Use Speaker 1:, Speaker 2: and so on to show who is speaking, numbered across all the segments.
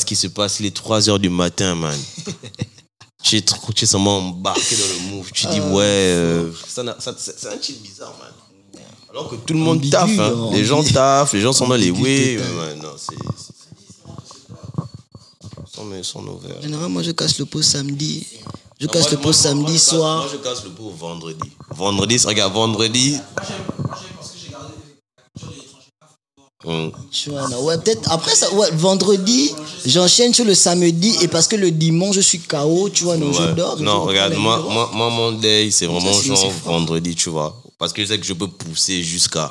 Speaker 1: ce qui se passe, il est 3 heures du matin, man. tu es, trop- tu es seulement embarqué dans le move. Tu dis, ouais, euh, ça n'a- ça- c'est c'est un chill bizarre, man. Alors que tout le monde
Speaker 2: Ambigu,
Speaker 1: taffe. hein.
Speaker 2: hein,
Speaker 1: Les gens
Speaker 2: ambigu.
Speaker 1: taffent, les gens sont dans les
Speaker 2: Ambigu
Speaker 1: oui.
Speaker 2: totale.
Speaker 1: ouais, non, c'est. c'est- Sans mais sans ouvert.
Speaker 2: Généralement, moi, je casse le pot samedi. Je
Speaker 1: Ah,
Speaker 2: casse
Speaker 1: moi,
Speaker 2: le
Speaker 1: moi,
Speaker 2: pot
Speaker 1: moi,
Speaker 2: samedi
Speaker 1: moi, je casse-
Speaker 2: soir.
Speaker 1: Moi, je casse le pot au vendredi. Vendredi, c'est- regarde, vendredi. Hum.
Speaker 2: Tu vois, non. ouais, peut-être après ça, ouais, vendredi, j'enchaîne sur le samedi et parce que le dimanche, je suis KO, tu vois, non, je
Speaker 1: Ouais.
Speaker 2: dors.
Speaker 1: Non, regarde, moi,
Speaker 2: moi
Speaker 1: moi, moi, mon day, c'est vraiment
Speaker 2: sinon,
Speaker 1: genre
Speaker 2: c'est fort.
Speaker 1: vendredi, tu vois. Parce que je sais que je peux pousser jusqu'à.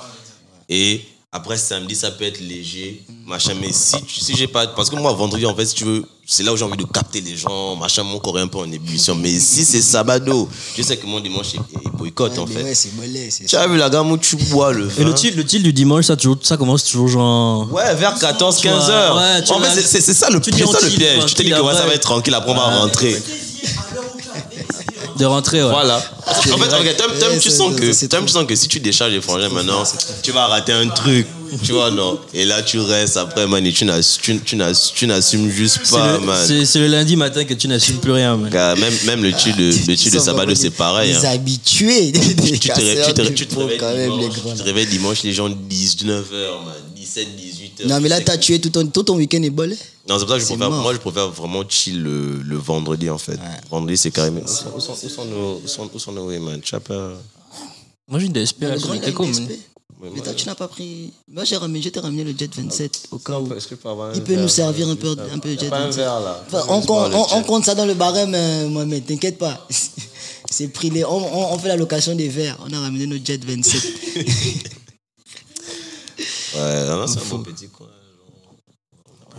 Speaker 1: Et après samedi, ça peut être léger, machin. Mais si, si j'ai pas. Parce que moi, vendredi, en fait, si tu veux, c'est là où j'ai envie de capter les gens, machin. Mon corps est un peu en ébullition. Mais si c'est sabado, je sais que mon dimanche est, est boycott, en fait.
Speaker 2: Ouais, c'est mollet, c'est
Speaker 1: Tu as vu la gamme où tu bois le vin
Speaker 3: Et le tilt, le tilt du dimanche, ça, toujours, ça commence toujours genre.
Speaker 1: Ouais, vers 14, 15
Speaker 3: vois,
Speaker 1: heures.
Speaker 3: ouais, tu
Speaker 1: en
Speaker 3: vois,
Speaker 1: fait, c'est- c'est c'est ça le,
Speaker 3: tu dis
Speaker 1: c'est ça
Speaker 3: on
Speaker 1: le
Speaker 3: chill,
Speaker 1: piège. Tu t'es dit que ouais,
Speaker 3: tranquille,
Speaker 1: ça va
Speaker 3: après.
Speaker 1: être tranquille, après on va rentrer.
Speaker 3: De rentrer, ouais.
Speaker 1: Voilà. En fait, regarde, Tom, Tom,
Speaker 2: Ouais,
Speaker 1: tu
Speaker 2: ça,
Speaker 1: sens
Speaker 2: ça,
Speaker 1: que,
Speaker 2: c'est
Speaker 1: Tom,
Speaker 2: trop.
Speaker 1: tu sens que si tu décharges les frangins maintenant, tu vas rater un truc. Tu vois, non. Et là, tu restes après, man, et tu n'as- tu- tu n'as- tu n'assumes juste
Speaker 3: C'est
Speaker 1: pas,
Speaker 3: le-
Speaker 1: man.
Speaker 3: C'est c'est le lundi matin que tu n'assumes plus rien, man.
Speaker 1: Car Même, même le chill de, le chill de
Speaker 2: Ils sont
Speaker 1: Sabado,
Speaker 2: vraiment
Speaker 1: c'est
Speaker 2: des-
Speaker 1: pareil.
Speaker 2: des
Speaker 1: hein.
Speaker 2: habitués des, des
Speaker 1: Tu te, ré-
Speaker 2: casseurs
Speaker 1: tu te ré-
Speaker 2: du
Speaker 1: tu te
Speaker 2: pot,
Speaker 1: réveilles
Speaker 2: quand même, les
Speaker 1: dimanche,
Speaker 2: grands.
Speaker 1: tu te réveilles dimanche, les gens disent 19h, man, 17, 18h.
Speaker 2: Non, mais là, t'as tué tout ton, tout ton week-end est bolé.
Speaker 1: Non, c'est pour ça que je
Speaker 2: C'est
Speaker 1: préfère,
Speaker 2: mort.
Speaker 1: moi, je préfère vraiment chill le, le vendredi, en fait. Vendredi, c'est carrément. Où sont- où sont- où sont nos- où sont- où sont nos women? Tu as pas-
Speaker 3: Moi, j'ai une DSP à
Speaker 2: Le
Speaker 3: la
Speaker 2: grand, il a
Speaker 3: Solité,
Speaker 2: eu
Speaker 3: comme.
Speaker 2: l'XP. Mais toi, tu n'as pas pris. Moi, j'ai ramené, je t'ai ramené le Jet 27 au cas où.
Speaker 1: Est-ce que je peux avoir un
Speaker 2: Il peut nous
Speaker 1: verre,
Speaker 2: servir un
Speaker 1: juste
Speaker 2: peu, un peu de
Speaker 1: Y a
Speaker 2: Jet
Speaker 1: pas un
Speaker 2: 27.
Speaker 1: verre, là.
Speaker 2: Enfin,
Speaker 1: Je
Speaker 2: on,
Speaker 1: vais
Speaker 2: compte,
Speaker 1: juste boire
Speaker 2: on,
Speaker 1: le
Speaker 2: on
Speaker 1: jet.
Speaker 2: compte ça dans le barème, euh, Mohamed, t'inquiète pas. C'est pris les- on, on, on fait la location des verres. On a ramené nos Jet 27.
Speaker 1: Ouais, non, non, c'est un bon petit coin.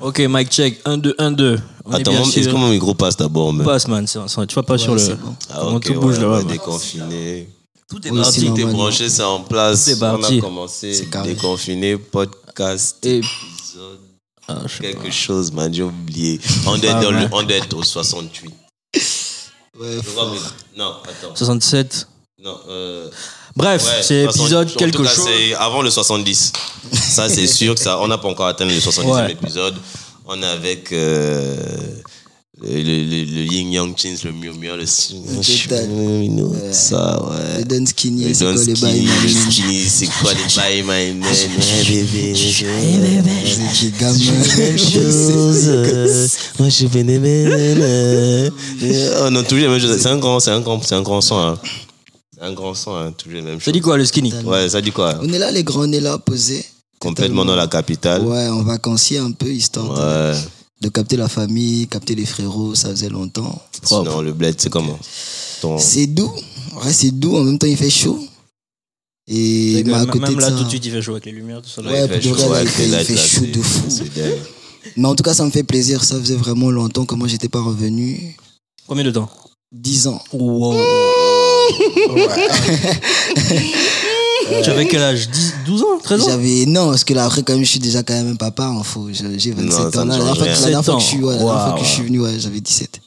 Speaker 3: Ok, mic check. 1, 2, 1, 2. On est
Speaker 1: Attends,
Speaker 3: bien
Speaker 1: mon- est-ce que
Speaker 3: sûr.
Speaker 1: mon micro passe d'abord même
Speaker 3: Passe, man. c'est- c'est- Tu vas pas sur le.
Speaker 2: c'est bon.
Speaker 1: Ah,
Speaker 3: comment
Speaker 1: ok,
Speaker 3: tout bouge
Speaker 1: ouais,
Speaker 3: là-bas.
Speaker 1: ouais,
Speaker 3: man.
Speaker 1: Déconfiné.
Speaker 3: Tout est
Speaker 2: Oui,
Speaker 3: parti.
Speaker 2: sinon-
Speaker 1: Tout est
Speaker 2: Normalement.
Speaker 1: branché, c'est en place.
Speaker 3: C'est
Speaker 1: On
Speaker 3: parti.
Speaker 1: a commencé.
Speaker 2: C'est carré.
Speaker 1: Déconfiné, podcast,
Speaker 3: Et-
Speaker 1: épisode,
Speaker 3: Ah, je sais pas.
Speaker 1: quelque chose, man, j'ai oublié. On doit être
Speaker 3: Ah,
Speaker 1: dans le-
Speaker 3: ouais.
Speaker 1: on doit être au 68.
Speaker 2: Ouais,
Speaker 1: Je crois que- Non, attends.
Speaker 3: 67.
Speaker 1: Non, euh,
Speaker 3: Bref,
Speaker 1: ouais,
Speaker 3: c'est
Speaker 1: 60
Speaker 3: épisode
Speaker 1: en
Speaker 3: quelque
Speaker 1: tout cas,
Speaker 3: chose.
Speaker 1: c'est avant le 70. ça, c'est sûr que ça. On n'a pas encore atteint le 70e
Speaker 3: Ouais.
Speaker 1: épisode. On est avec euh, le, le- le Yin Yang Chins, le Miu Miu, le
Speaker 2: Total.
Speaker 1: Miu Ça,
Speaker 2: Le
Speaker 1: ouais.
Speaker 2: Don Skinny,
Speaker 1: Le
Speaker 2: c'est quoi
Speaker 1: Don
Speaker 2: les
Speaker 1: Skinny,
Speaker 2: bails man
Speaker 1: le Skinny, c'est quoi les bails, my man? Hey, bébé, je veux
Speaker 2: C'est des
Speaker 1: la même
Speaker 2: gamins.
Speaker 1: chose. Moi, je fais des nanana. On a Oh, toujours les mêmes choses. C'est un grand, c'est un grand, c'est un grand son, hein. C'est un grand son, hein. Toujours les mêmes
Speaker 3: Ça
Speaker 1: choses.
Speaker 3: dit quoi, le skinny
Speaker 1: Ouais, ça dit quoi?
Speaker 2: On est là, les grands, on est là, posés.
Speaker 1: Complètement dans la capitale.
Speaker 2: Ouais, on vacancier un peu, histoire de-
Speaker 1: Ouais.
Speaker 2: de, capter la famille, capter les frérots, ça faisait longtemps.
Speaker 1: Sinon, le bled, c'est comment Ton-
Speaker 2: C'est doux. Ouais, c'est doux, en même temps, il fait chaud. Et
Speaker 3: Même
Speaker 2: mais à côté de
Speaker 3: là,
Speaker 2: ça...
Speaker 3: tout de suite, il fait chaud avec les lumières, tout ça. là.
Speaker 2: Ouais,
Speaker 1: il fait
Speaker 2: pour de
Speaker 1: chaud,
Speaker 2: vrai,
Speaker 1: ouais,
Speaker 2: il fait- il
Speaker 1: là,
Speaker 2: fait
Speaker 1: là,
Speaker 2: chaud
Speaker 1: c'est-
Speaker 2: de fou.
Speaker 1: c'est dingue.
Speaker 2: Mais en tout cas, ça me fait plaisir. Ça faisait vraiment longtemps que moi, j'étais pas revenu.
Speaker 3: Combien de temps
Speaker 2: 10 ans.
Speaker 3: Wow. Tu avais quel âge 10, 12 ans 13 ans
Speaker 2: J'avais. Non, parce que là, après, quand même, je suis déjà quand même un papa. hein, faut- je- J'ai
Speaker 1: Non,
Speaker 2: 27
Speaker 1: ça
Speaker 2: ans.
Speaker 1: ne
Speaker 2: là.
Speaker 1: change
Speaker 2: La dernière fois que- la dernière fois que je suis, ouais, la dernière fois
Speaker 3: Wow.
Speaker 2: que je suis venu, ouais, j'avais 17.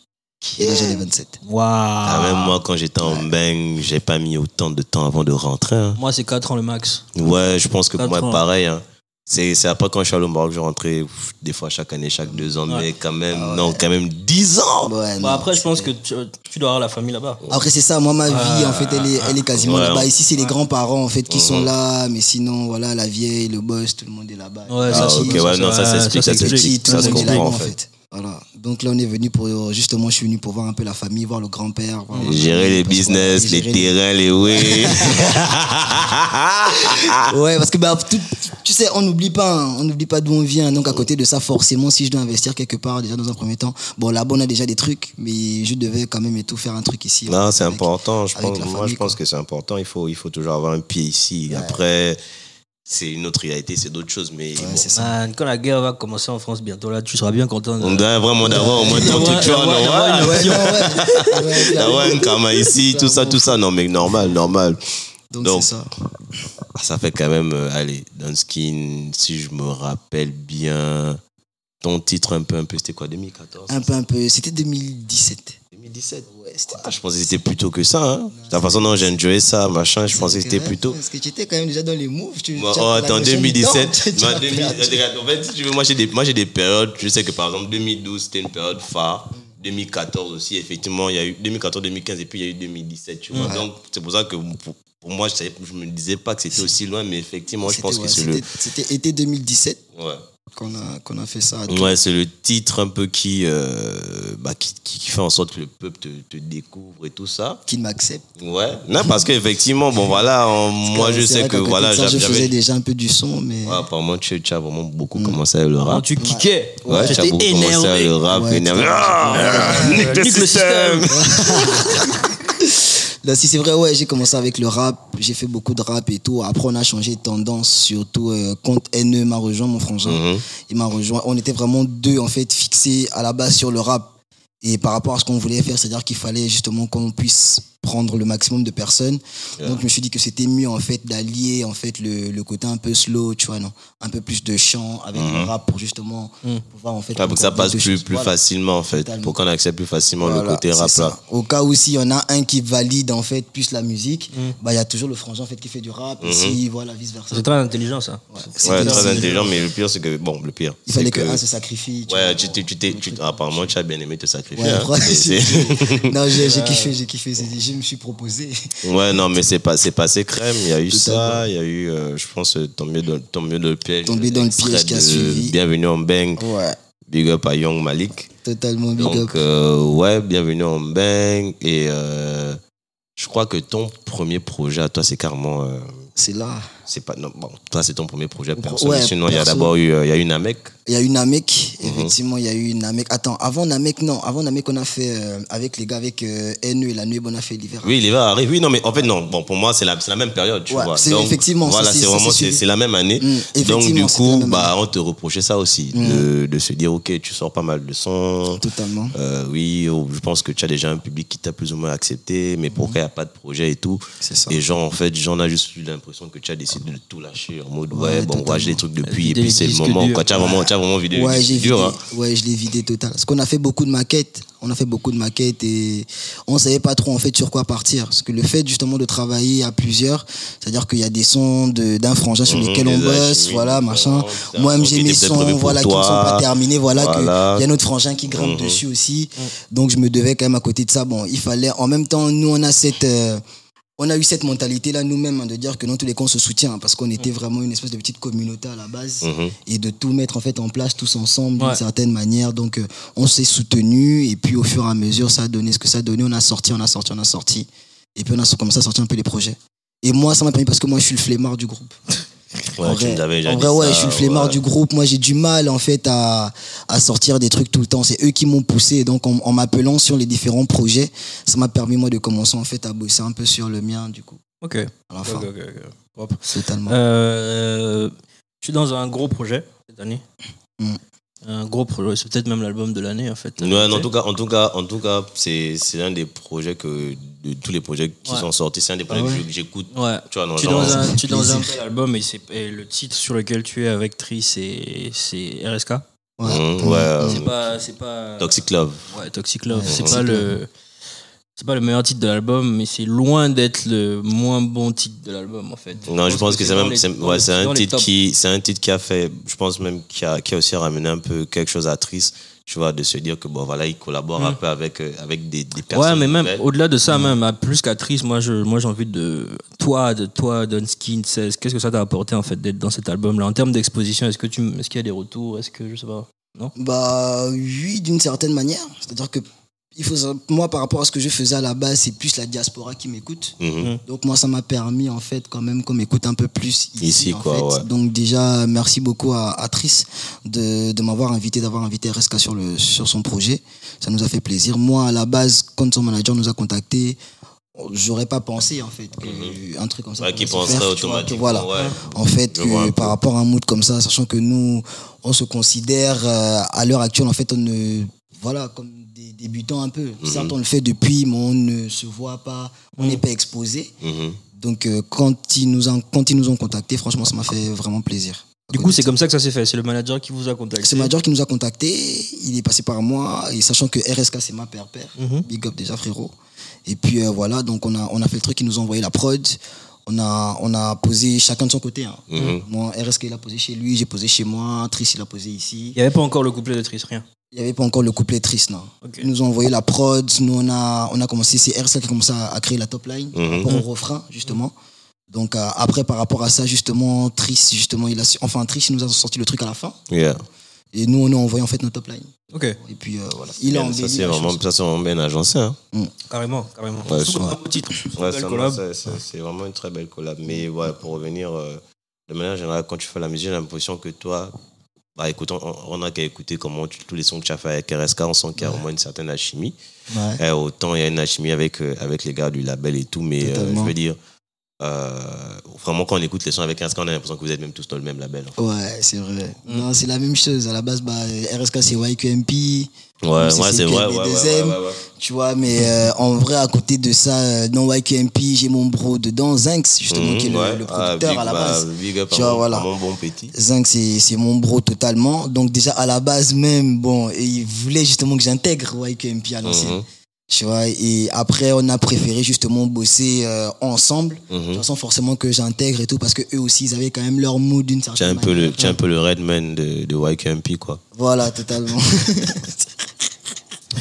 Speaker 2: Et là, j'avais 27.
Speaker 3: Waouh
Speaker 1: Ah, même moi, quand j'étais en bain, j'ai pas mis autant de temps avant de rentrer. hein.
Speaker 3: Moi, c'est 4 ans le max.
Speaker 1: Ouais, je pense que pour moi,
Speaker 3: Quatre ans.
Speaker 1: pareil. hein. C'est c'est après quand je suis allé au Maroc, je rentrais pff, des fois chaque année, chaque deux ans, mais quand même,
Speaker 2: Ah
Speaker 1: non, quand même dix ans
Speaker 2: Ouais, non.
Speaker 3: Bah, après, je pense que tu, tu dois avoir la famille là-bas.
Speaker 1: Ah,
Speaker 2: Après, c'est ça, moi, ma vie, en fait, elle est, elle est quasiment
Speaker 1: Ouais.
Speaker 2: là-bas. Ici, c'est les grands-parents, en fait, qui sont là. Mais sinon, voilà, la vieille, le boss, tout le monde est là-bas.
Speaker 3: Ouais,
Speaker 1: Ah,
Speaker 3: ça,
Speaker 1: ok,
Speaker 3: ça,
Speaker 1: ouais,
Speaker 3: ça,
Speaker 1: non, ça
Speaker 3: ça,
Speaker 1: s'explique,
Speaker 3: ça
Speaker 1: ça s'explique,
Speaker 3: s'explique.
Speaker 1: ça se
Speaker 3: Tout le monde est
Speaker 1: comprend en
Speaker 2: là-bas, en
Speaker 1: fait.
Speaker 2: Voilà. Donc là, on est venu pour. euh, Justement, je suis venu pour voir un peu la famille, voir le grand-père. voir la
Speaker 1: Gérer
Speaker 2: famille,
Speaker 1: les
Speaker 2: parce qu'on-
Speaker 1: business, les
Speaker 2: gérer
Speaker 1: terrains, les ways.
Speaker 2: Ouais, parce que bah, tout- tu sais, on n'oublie pas, hein, on n'oublie pas d'où on vient. Donc à côté de ça, forcément, si je dois investir quelque part, déjà dans un premier temps, bon là-bas on a déjà des trucs, mais je devais quand même et tout faire un truc ici.
Speaker 1: Non, c'est
Speaker 2: Avec-
Speaker 1: important. Je
Speaker 2: avec
Speaker 1: pense,
Speaker 2: la
Speaker 1: moi,
Speaker 2: famille,
Speaker 1: je pense que c'est important. Il faut, il faut toujours avoir un pied ici. Après, c'est une autre réalité, c'est d'autres choses. Mais
Speaker 2: Ouais,
Speaker 1: bon.
Speaker 2: c'est ça.
Speaker 3: Man, quand la guerre va commencer en France bientôt, là, tu seras bien content. de-
Speaker 1: on doit vraiment d'avoir au moins ton
Speaker 3: D'avoir-
Speaker 1: truc, tu vois,
Speaker 3: d'avoir-
Speaker 1: non,
Speaker 3: d'avoir une
Speaker 1: ouais.
Speaker 3: option.
Speaker 2: Ouais, ouais,
Speaker 1: D'avoir un kama ici, tout ça, tout ça. Non, mais normal, normal.
Speaker 2: Donc
Speaker 1: Donc,
Speaker 2: c'est ça.
Speaker 1: ça fait quand même, euh, allez, Dunskin, si je me rappelle bien, ton titre un peu, un peu, c'était quoi, 2014
Speaker 2: Ah. Un peu, un peu. C'était 2017.
Speaker 1: 2017
Speaker 4: 17.
Speaker 2: Ouais, c'était
Speaker 1: Ah, je pensais que c'était plus tôt que ça. Hein. De la façon dont j'ai enjoyé ça, machin, je pensais que c'était
Speaker 2: correct,
Speaker 1: plus tôt.
Speaker 2: Parce que tu étais quand même déjà dans les moves. Tu,
Speaker 1: Moi,
Speaker 2: tu as
Speaker 1: oh,
Speaker 2: la
Speaker 1: attends,
Speaker 2: notion du temps,
Speaker 1: 2017.
Speaker 2: tu- tu
Speaker 1: moi,
Speaker 2: as
Speaker 1: 2000,
Speaker 2: perdu.
Speaker 1: Bah, regarde, en fait, si tu veux, moi, j'ai des, moi, j'ai des périodes. Je sais que par exemple, 2012, c'était une période phare. 2014 aussi, effectivement, il y a eu 2014, 2015 et puis il y a eu 2017. Tu vois. Donc, c'est pour ça que pour, pour moi, je ne me disais pas que c'était aussi loin, mais effectivement, je
Speaker 2: C'était-
Speaker 1: pense
Speaker 2: ouais,
Speaker 1: que c'est le.
Speaker 2: c'était- C'était été 2017
Speaker 1: Ouais.
Speaker 2: qu'on a, qu'on a fait ça. à
Speaker 1: Ouais, c'est le titre un peu qui, euh, bah, qui, qui- qui fait en sorte que le peuple te, te découvre et tout ça.
Speaker 2: Qu'il m'accepte.
Speaker 1: Ouais. Non, parce qu'effectivement, bon, voilà, on- moi,
Speaker 2: Parce
Speaker 1: je
Speaker 2: c'est
Speaker 1: sais
Speaker 2: vrai
Speaker 1: que
Speaker 2: qu'à côté
Speaker 1: voilà,
Speaker 2: de ça, je faisais Mm.
Speaker 1: j'avais. Ah.
Speaker 2: déjà un peu du son, mais.
Speaker 1: Ouais, apparemment, tu, tu as vraiment beaucoup commencé à le
Speaker 3: Quand
Speaker 1: rap.
Speaker 3: tu kickais,
Speaker 1: Ouais, tu as
Speaker 3: j'étais
Speaker 1: beaucoup commencé à
Speaker 3: énervé.
Speaker 1: le rap,
Speaker 2: Ouais,
Speaker 1: énervé.
Speaker 2: tu
Speaker 1: Ah, nique le
Speaker 3: Nique le
Speaker 1: système.
Speaker 2: Là, si c'est vrai, ouais, j'ai commencé avec le rap, j'ai fait beaucoup de rap et tout. Après, on a changé de tendance, surtout euh, quand NE m'a rejoint, mon frangin.
Speaker 1: Mm-hmm. Mhm.
Speaker 2: Il m'a rejoint. On était vraiment deux, en fait, fixés à la base sur le rap. Et par rapport à ce qu'on voulait faire, c'est-à-dire qu'il fallait justement qu'on puisse prendre le maximum de personnes. Donc, je me suis dit que c'était mieux, en fait, d'allier, en fait, le, le côté un peu slow, tu vois, non Un peu plus de chant avec le rap pour justement pouvoir, en fait.
Speaker 1: Ah, Mm-hmm. pour que ça
Speaker 2: encore
Speaker 1: passe
Speaker 2: deux
Speaker 1: plus,
Speaker 2: choses.
Speaker 1: plus
Speaker 2: Voilà.
Speaker 1: facilement, en fait.
Speaker 2: Totalement.
Speaker 1: Pour qu'on accepte plus facilement le
Speaker 2: Voilà,
Speaker 1: côté
Speaker 2: c'est
Speaker 1: rap
Speaker 2: ça.
Speaker 1: là.
Speaker 2: Au cas où s'il y en a un qui valide en fait plus la musique, bah, il y a toujours le frangin en fait qui fait du rap,
Speaker 1: Mm-hmm.
Speaker 2: et si voilà vice versa.
Speaker 3: C'est très intelligent ça.
Speaker 1: Ouais,
Speaker 2: C'était
Speaker 1: très
Speaker 2: aussi-
Speaker 1: intelligent, mais le pire, c'est que. Bon, le pire.
Speaker 2: Il fallait
Speaker 1: c'est
Speaker 2: que, un se sacrifie. tu
Speaker 1: Ouais,
Speaker 2: vois.
Speaker 1: tu t'es. tu t'es- tu- Apparemment, tu as bien aimé te sacrifier.
Speaker 2: Ouais,
Speaker 1: hein.
Speaker 2: après,
Speaker 1: C'est-
Speaker 2: c'est-
Speaker 1: c'est-
Speaker 2: non, j'ai j'ai kiffé, j'ai kiffé. c'est- Je me suis proposé.
Speaker 1: Ouais, non, mais c'est pas, c'est passé crème. Il y a eu
Speaker 2: Tout à
Speaker 1: ça, il y a eu, euh, je pense, euh, tomber dans, tomber dans le piège.
Speaker 2: Tomber dans le
Speaker 1: Extrait
Speaker 2: piège qui a
Speaker 1: de
Speaker 2: suivi.
Speaker 1: Bienvenue en Bang,
Speaker 2: Ouais,
Speaker 1: big up à Young Malik.
Speaker 2: totalement big
Speaker 1: Donc,
Speaker 2: up.
Speaker 1: euh, ouais, bienvenue en Bang. Et euh, je crois que ton premier projet à toi, c'est carrément. euh,
Speaker 2: C'est là.
Speaker 1: c'est pas, non, bon, toi, c'est ton premier projet perso.
Speaker 2: ouais,
Speaker 1: mais sinon, il y a
Speaker 2: perso.
Speaker 1: d'abord eu, euh, il y a eu Namek.
Speaker 2: Il y a eu Namek,
Speaker 1: Mhm.
Speaker 2: effectivement, il y a eu Namek. Attends, avant Namek, non, avant Namek, on a fait euh, avec les gars, avec euh, NE et la nuit, on a fait l'hiver.
Speaker 1: Oui, il va arrive. Oui, non, mais en fait, non. Bon, pour moi, c'est la, c'est la même période, tu
Speaker 2: Ouais,
Speaker 1: vois.
Speaker 2: c'est effectivement, ça,
Speaker 1: Voilà,
Speaker 2: c'est-
Speaker 1: c'est
Speaker 2: ça,
Speaker 1: vraiment,
Speaker 2: c'est
Speaker 1: c'est
Speaker 2: suivi.
Speaker 1: c'est la même année.
Speaker 2: Mm, effectivement,
Speaker 1: Donc, du
Speaker 2: c'était
Speaker 1: coup,
Speaker 2: la même Mm.
Speaker 1: bah, on te reprochait ça aussi, de, de se dire, OK, tu sors pas mal de sons.
Speaker 2: Totalement.
Speaker 1: Euh, oui, oh, je pense que tu as déjà un public qui t'a plus ou moins accepté, mais
Speaker 2: Mm.
Speaker 1: pourquoi il n'y a pas de projet et tout
Speaker 2: C'est ça.
Speaker 1: Et genre, en fait, j'en ai juste eu l'impression que tu as décidé de tout lâcher en mode, ouais,
Speaker 2: Ouais,
Speaker 1: bon,
Speaker 2: totalement.
Speaker 1: ouais, j'ai des trucs depuis, et
Speaker 3: Vider
Speaker 1: puis
Speaker 3: les
Speaker 1: c'est le
Speaker 3: disques
Speaker 1: moment.
Speaker 3: durs.
Speaker 1: Quoi. Tu as vraiment, tu as vraiment vidé
Speaker 2: Ouais,
Speaker 1: les
Speaker 2: j'ai
Speaker 1: disques
Speaker 2: vidé.
Speaker 1: durs. hein.
Speaker 2: Ouais, je l'ai vidé total. Parce qu'on a fait beaucoup de maquettes. On a fait beaucoup de maquettes et on savait pas trop en fait sur quoi partir. Parce que le fait justement de travailler à plusieurs, c'est-à-dire qu'il y a des sons de- d'un frangin sur
Speaker 1: Mhm,
Speaker 2: lesquels on
Speaker 1: des
Speaker 2: bosse,
Speaker 1: alchimies,
Speaker 2: voilà,
Speaker 1: des
Speaker 2: machin.
Speaker 1: balances, des
Speaker 2: Moi-même
Speaker 1: sons qui
Speaker 2: j'ai mes
Speaker 1: étaient peut-être prévus
Speaker 2: sons,
Speaker 1: pour
Speaker 2: voilà, qui ne
Speaker 1: toi.
Speaker 2: sont pas terminés, voilà, que
Speaker 1: Voilà.
Speaker 2: il y a notre frangin qui grimpe
Speaker 1: Mhm.
Speaker 2: dessus aussi. Donc je me devais quand même à côté de ça. Bon, il fallait. En même temps, nous on a cette euh, on a eu cette mentalité-là nous-mêmes hein, de dire que dans tous les cas on se soutient hein, parce qu'on était vraiment une espèce de petite communauté à la base
Speaker 1: Mhm.
Speaker 2: et de tout mettre en fait en place tous ensemble d'une
Speaker 3: Ouais.
Speaker 2: certaine manière. Donc euh, on s'est soutenu et puis au fur et à mesure ça a donné ce que ça a donné. On a sorti, on a sorti, on a sorti et puis on a commencé à sortir un peu les projets. Et moi ça m'a permis parce que moi je suis le flemmard du groupe.
Speaker 1: Ouais,
Speaker 2: en
Speaker 1: tu
Speaker 2: vrai,
Speaker 1: nous avais déjà
Speaker 2: en
Speaker 1: dit
Speaker 2: vrai, ouais,
Speaker 1: ça,
Speaker 2: je suis le flemmard
Speaker 1: ouais.
Speaker 2: du groupe. Moi j'ai du mal en fait à, à sortir des trucs tout le temps. C'est eux qui m'ont poussé. Donc en, en m'appelant sur les différents projets, ça m'a permis moi de commencer en fait à bosser un peu sur le mien du coup.
Speaker 3: Ok.
Speaker 2: À la fin,
Speaker 3: Ok, ok, ok. Propre.
Speaker 2: totalement.
Speaker 3: Euh, je suis dans un gros projet cette année.
Speaker 2: Mm.
Speaker 3: Un gros projet, c'est peut-être même l'album de l'année en fait.
Speaker 1: Ouais, non, en tout cas, en tout cas, en tout cas, c'est c'est l'un des projets que de tous les projets qui
Speaker 3: Ouais.
Speaker 1: sont sortis, c'est un des projets
Speaker 3: Ah
Speaker 1: que
Speaker 3: ouais.
Speaker 1: je- que j'écoute.
Speaker 3: Ouais.
Speaker 1: Tu vois, non,
Speaker 3: Tu es
Speaker 1: genre,
Speaker 3: dans un, tu es dans un
Speaker 2: plaisir.
Speaker 3: bel album et, c'est- et le titre sur lequel tu es avec Tri, c'est c'est RSK.
Speaker 1: Mhm, ouais, euh,
Speaker 3: C'est pas, c'est pas.
Speaker 1: Toxic Love.
Speaker 3: Ouais, Toxic Love.
Speaker 2: Ouais,
Speaker 3: c'est
Speaker 2: Toxic
Speaker 3: pas
Speaker 2: Love.
Speaker 3: le. C'est pas le meilleur titre de l'album, mais c'est loin d'être le moins bon titre de l'album en fait.
Speaker 1: Non, je pense que c'est
Speaker 3: dans
Speaker 1: même,
Speaker 3: les-
Speaker 1: c'est
Speaker 3: dans
Speaker 1: ouais,
Speaker 3: les-
Speaker 1: c'est
Speaker 3: dans
Speaker 1: un
Speaker 3: les
Speaker 1: titre
Speaker 3: tops.
Speaker 1: qui, c'est un titre qui a fait, je pense même qui a, qui a aussi ramené un peu quelque chose à Triste, tu vois, de se dire que bon voilà, il collabore un peu avec euh, avec des, des
Speaker 3: Mm. Ouais,
Speaker 1: personnes.
Speaker 3: mais même
Speaker 1: nouvelles.
Speaker 3: au-delà de
Speaker 1: Mm.
Speaker 3: ça, même à plus qu'actrice, moi, je, moi, j'ai envie de toi, de toi, Dunskin 16. Qu'est-ce que ça t'a apporté en fait d'être dans cet album-là en termes d'exposition Est-ce que tu, est-ce qu'il y a des retours Est-ce que je sais pas
Speaker 2: Bah oui, d'une certaine manière. C'est-à-dire que il faut, sa- moi, par rapport à ce que je faisais à la base, c'est plus la diaspora qui m'écoute.
Speaker 3: Mm.
Speaker 1: Mhm.
Speaker 2: Donc moi, ça m'a permis, en fait, quand même, qu'on m'écoute un peu plus ici.
Speaker 1: Ici,
Speaker 2: en
Speaker 1: quoi,
Speaker 2: fait.
Speaker 1: ouais.
Speaker 2: Donc déjà, merci beaucoup à, à Triss de, de m'avoir invité, d'avoir invité RSK sur, le, sur son projet. Ça nous a fait plaisir. Moi, à la base, quand son manager nous a contactés, j'aurais pas pensé, en fait, que un truc comme ça.
Speaker 1: Mhm. Ouais, qui
Speaker 2: pourrait se
Speaker 1: penserait
Speaker 2: faire, tu vois, que
Speaker 1: automatiquement.
Speaker 2: voilà
Speaker 1: ouais.
Speaker 2: en fait,
Speaker 1: Je
Speaker 2: que
Speaker 1: vois un peu.
Speaker 2: par rapport à un mood comme ça, sachant que nous, on se considère euh, à l'heure actuelle, en fait, on ne, voilà, comme des débutants un peu. Certes, on le fait depuis, mais on ne se voit pas, on n'est pas exposé.
Speaker 1: Mhm. Mhm.
Speaker 2: Donc, euh, quand, ils nous ont, quand ils nous ont contactés, franchement, ça m'a fait vraiment plaisir.
Speaker 3: Du coup, c'est comme ça que ça s'est fait. C'est le manager qui vous a contacté.
Speaker 2: C'est Major qui nous a contactés. Il est passé par moi. Et sachant que RSK, c'est ma père père.
Speaker 3: Mm-hmm.
Speaker 2: Big up déjà, frérot. Et puis euh, voilà, donc on a, on a fait le truc. Ils nous ont envoyé la prod. On a, on a posé chacun de son côté. hein. Moi, RSK, il a posé chez lui. J'ai posé chez moi. Trice, il a posé ici.
Speaker 3: Il n'y avait pas encore le couplet de Tris, rien.
Speaker 2: Il n'y avait pas encore le couplet Trice, non.
Speaker 3: Ok.
Speaker 2: Ils nous ont envoyé la prod. Nous, on a, on a commencé. C'est RSK qui a commencé à, à créer la top line par
Speaker 1: Mm-hmm. Mhm.
Speaker 2: rapport au refrain, justement. Donc euh, après, par rapport à ça, justement, Trice, justement, il a, su- enfin, Trice, il nous a sorti le truc à la fin.
Speaker 1: Yeah.
Speaker 3: Euh,
Speaker 2: Et nous, on a envoyé en fait notre top line.
Speaker 3: Ok,
Speaker 2: Et puis euh, voilà. Il a
Speaker 1: ça,
Speaker 2: embelli
Speaker 1: c'est
Speaker 2: la
Speaker 1: vraiment,
Speaker 2: chose.
Speaker 1: ça, c'est vraiment bien agencé. Hein.
Speaker 3: carrément, carrément.
Speaker 1: Ouais,
Speaker 3: Sous
Speaker 1: c'est
Speaker 3: un
Speaker 1: vrai.
Speaker 3: beau titre. sous une
Speaker 1: Ouais, ça,
Speaker 3: belle
Speaker 1: non,
Speaker 3: collab. Mm.
Speaker 1: ça, ça, c'est vraiment une très belle collab. Mais voilà, pour revenir, euh, de manière générale, quand tu fais la musique, j'ai l'impression que toi, bah, écoute, on, on a qu'à écouter comment tu- tous les sons que tu as fait avec RSK, on sent qu'il y a au moins une certaine alchimie.
Speaker 2: Ouais.
Speaker 1: Eh, autant il y a une alchimie avec, euh, avec les gars du label et tout, mais euh, je
Speaker 2: Totalement.
Speaker 1: veux dire, euh, vraiment, quand on écoute les sons avec RSK, on a l'impression que vous êtes même tous dans le même label.
Speaker 2: Ouais, c'est vrai.
Speaker 1: Mhm.
Speaker 2: Non, c'est la même chose. À la base, bah, RSK, c'est YQMP.
Speaker 1: Ouais,
Speaker 2: Nous,
Speaker 1: ouais, c'est vrai. Ouais, ouais,
Speaker 2: CQLBDSM,
Speaker 1: ouais, ouais, ouais.
Speaker 2: Tu vois, mais euh, en vrai, à côté de ça, euh, dans YQMP, j'ai mon bro dedans, Zinx, justement,
Speaker 1: Mhm,
Speaker 2: qui est le,
Speaker 1: ouais.
Speaker 2: le
Speaker 1: Ah,
Speaker 2: producteur
Speaker 1: big-
Speaker 2: à la
Speaker 1: bah,
Speaker 2: base.
Speaker 1: big up à
Speaker 2: Tu vois,
Speaker 1: mon-
Speaker 2: voilà.
Speaker 1: à mon bon petit.
Speaker 2: Zinc, c'est c'est mon bro totalement. Donc, déjà, à la base même, bon, et il voulait justement que j'intègre YQMP à l'ancienne.
Speaker 1: Mhm.
Speaker 2: Tu vois, et après, on a préféré justement bosser euh, ensemble.
Speaker 1: Mhm.
Speaker 2: De toute façon, forcément que j'intègre et tout, parce que eux aussi, ils avaient quand même leur mood d'une
Speaker 1: Tu es
Speaker 2: certaine
Speaker 1: un peu
Speaker 2: manière.
Speaker 1: le, tu es un peu le Redman de, de YKMP, quoi.
Speaker 2: Voilà, totalement.
Speaker 1: Hein?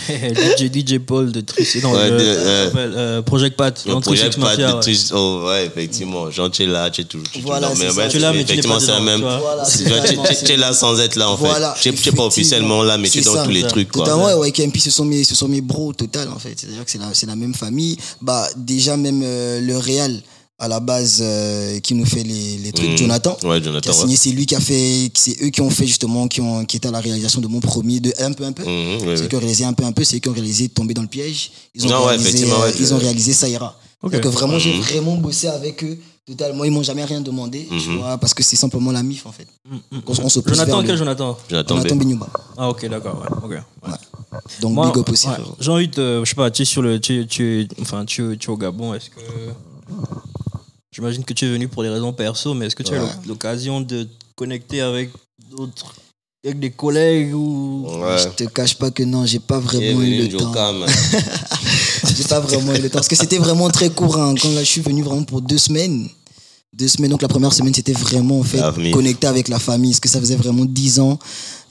Speaker 3: DJ, DJ Paul de Tris. Non,
Speaker 1: Ouais,
Speaker 3: le-
Speaker 1: de-
Speaker 3: euh, euh, Project Pat.
Speaker 1: Le
Speaker 3: non, Tris
Speaker 1: projet
Speaker 3: X
Speaker 1: pas
Speaker 3: Mafia,
Speaker 1: de
Speaker 3: ouais.
Speaker 1: Tris- Oh, ouais, effectivement. Genre, tu es là, tu es toujours. Tu,
Speaker 2: Mm. Voilà,
Speaker 1: tu,
Speaker 2: c'est ça.
Speaker 3: Tu es là, mais tu n'es pas
Speaker 1: effectivement, c'est
Speaker 3: dedans,
Speaker 1: un même.
Speaker 3: tu vois.
Speaker 2: Voilà,
Speaker 1: c'est- genre, tu- tu- tu es là sans être là, en
Speaker 2: voilà.
Speaker 1: fait. Tu es- Tu es pas officiellement là, mais tu es dans tous les trucs, quoi.
Speaker 2: Totalement, ouais, YKMP, ce sont mes, ce sont mes bros, total, en fait. C'est-à-dire que c'est la, c'est la même famille. Bah, déjà, même euh, le Real, à la base, euh, qui nous fait les, les trucs,
Speaker 1: Mhm.
Speaker 2: Jonathan.
Speaker 1: Ouais,
Speaker 2: Qui a
Speaker 1: Jonathan. ouais.
Speaker 2: signé, c'est lui qui a fait, c'est eux qui ont fait justement, qui, ont, qui étaient à la réalisation de mon premier, de un peu, un peu.
Speaker 1: Mhm, ouais,
Speaker 2: ceux
Speaker 1: ouais.
Speaker 2: qui ont réalisé un peu un peu, ceux qui ont réalisé Tomber dans le piège. Ils ont
Speaker 1: Non, ouais,
Speaker 2: réalisé,
Speaker 1: effectivement,
Speaker 2: euh,
Speaker 1: ouais,
Speaker 2: ils
Speaker 1: je-
Speaker 2: ont réalisé Ça ira.
Speaker 3: Ok.
Speaker 2: Donc euh, vraiment, j'ai
Speaker 1: Mhm.
Speaker 2: vraiment bossé avec eux. Totalement, ils m'ont jamais rien demandé, tu
Speaker 1: Mhm.
Speaker 2: vois, parce que c'est simplement la MIF en fait. On, on se pousse vers
Speaker 3: Mm, Jonathan,
Speaker 2: le-
Speaker 3: quel Jonathan
Speaker 1: Jonathan
Speaker 2: Jonathan
Speaker 1: B.
Speaker 2: Benyouma.
Speaker 3: Ah, ok, d'accord. ouais, ok.
Speaker 2: Donc
Speaker 3: Moi,
Speaker 2: big up aussi.
Speaker 3: ouais,
Speaker 2: frérot.
Speaker 3: J'ai envie de, je sais pas, tu es sur le, tu, tu, enfin, tu, tu es au Gabon. Est-ce que j'imagine que tu es venu pour des raisons perso, mais est-ce que tu as
Speaker 2: Ouais.
Speaker 3: eu l'occasion de te connecter avec d'autres, avec des collègues ou
Speaker 1: Ouais. Eh,
Speaker 2: Je te cache pas que non, j'ai pas vraiment eu
Speaker 1: Bienvenue,
Speaker 2: le temps.
Speaker 1: Joka, man.
Speaker 2: J'ai pas vraiment eu le temps parce que c'était vraiment très court. hein. Quand là, je suis venu vraiment pour deux semaines. Deux semaines, donc la première semaine, c'était vraiment en fait
Speaker 1: La famille.
Speaker 2: connecté avec la famille. Parce que ça faisait vraiment dix ans.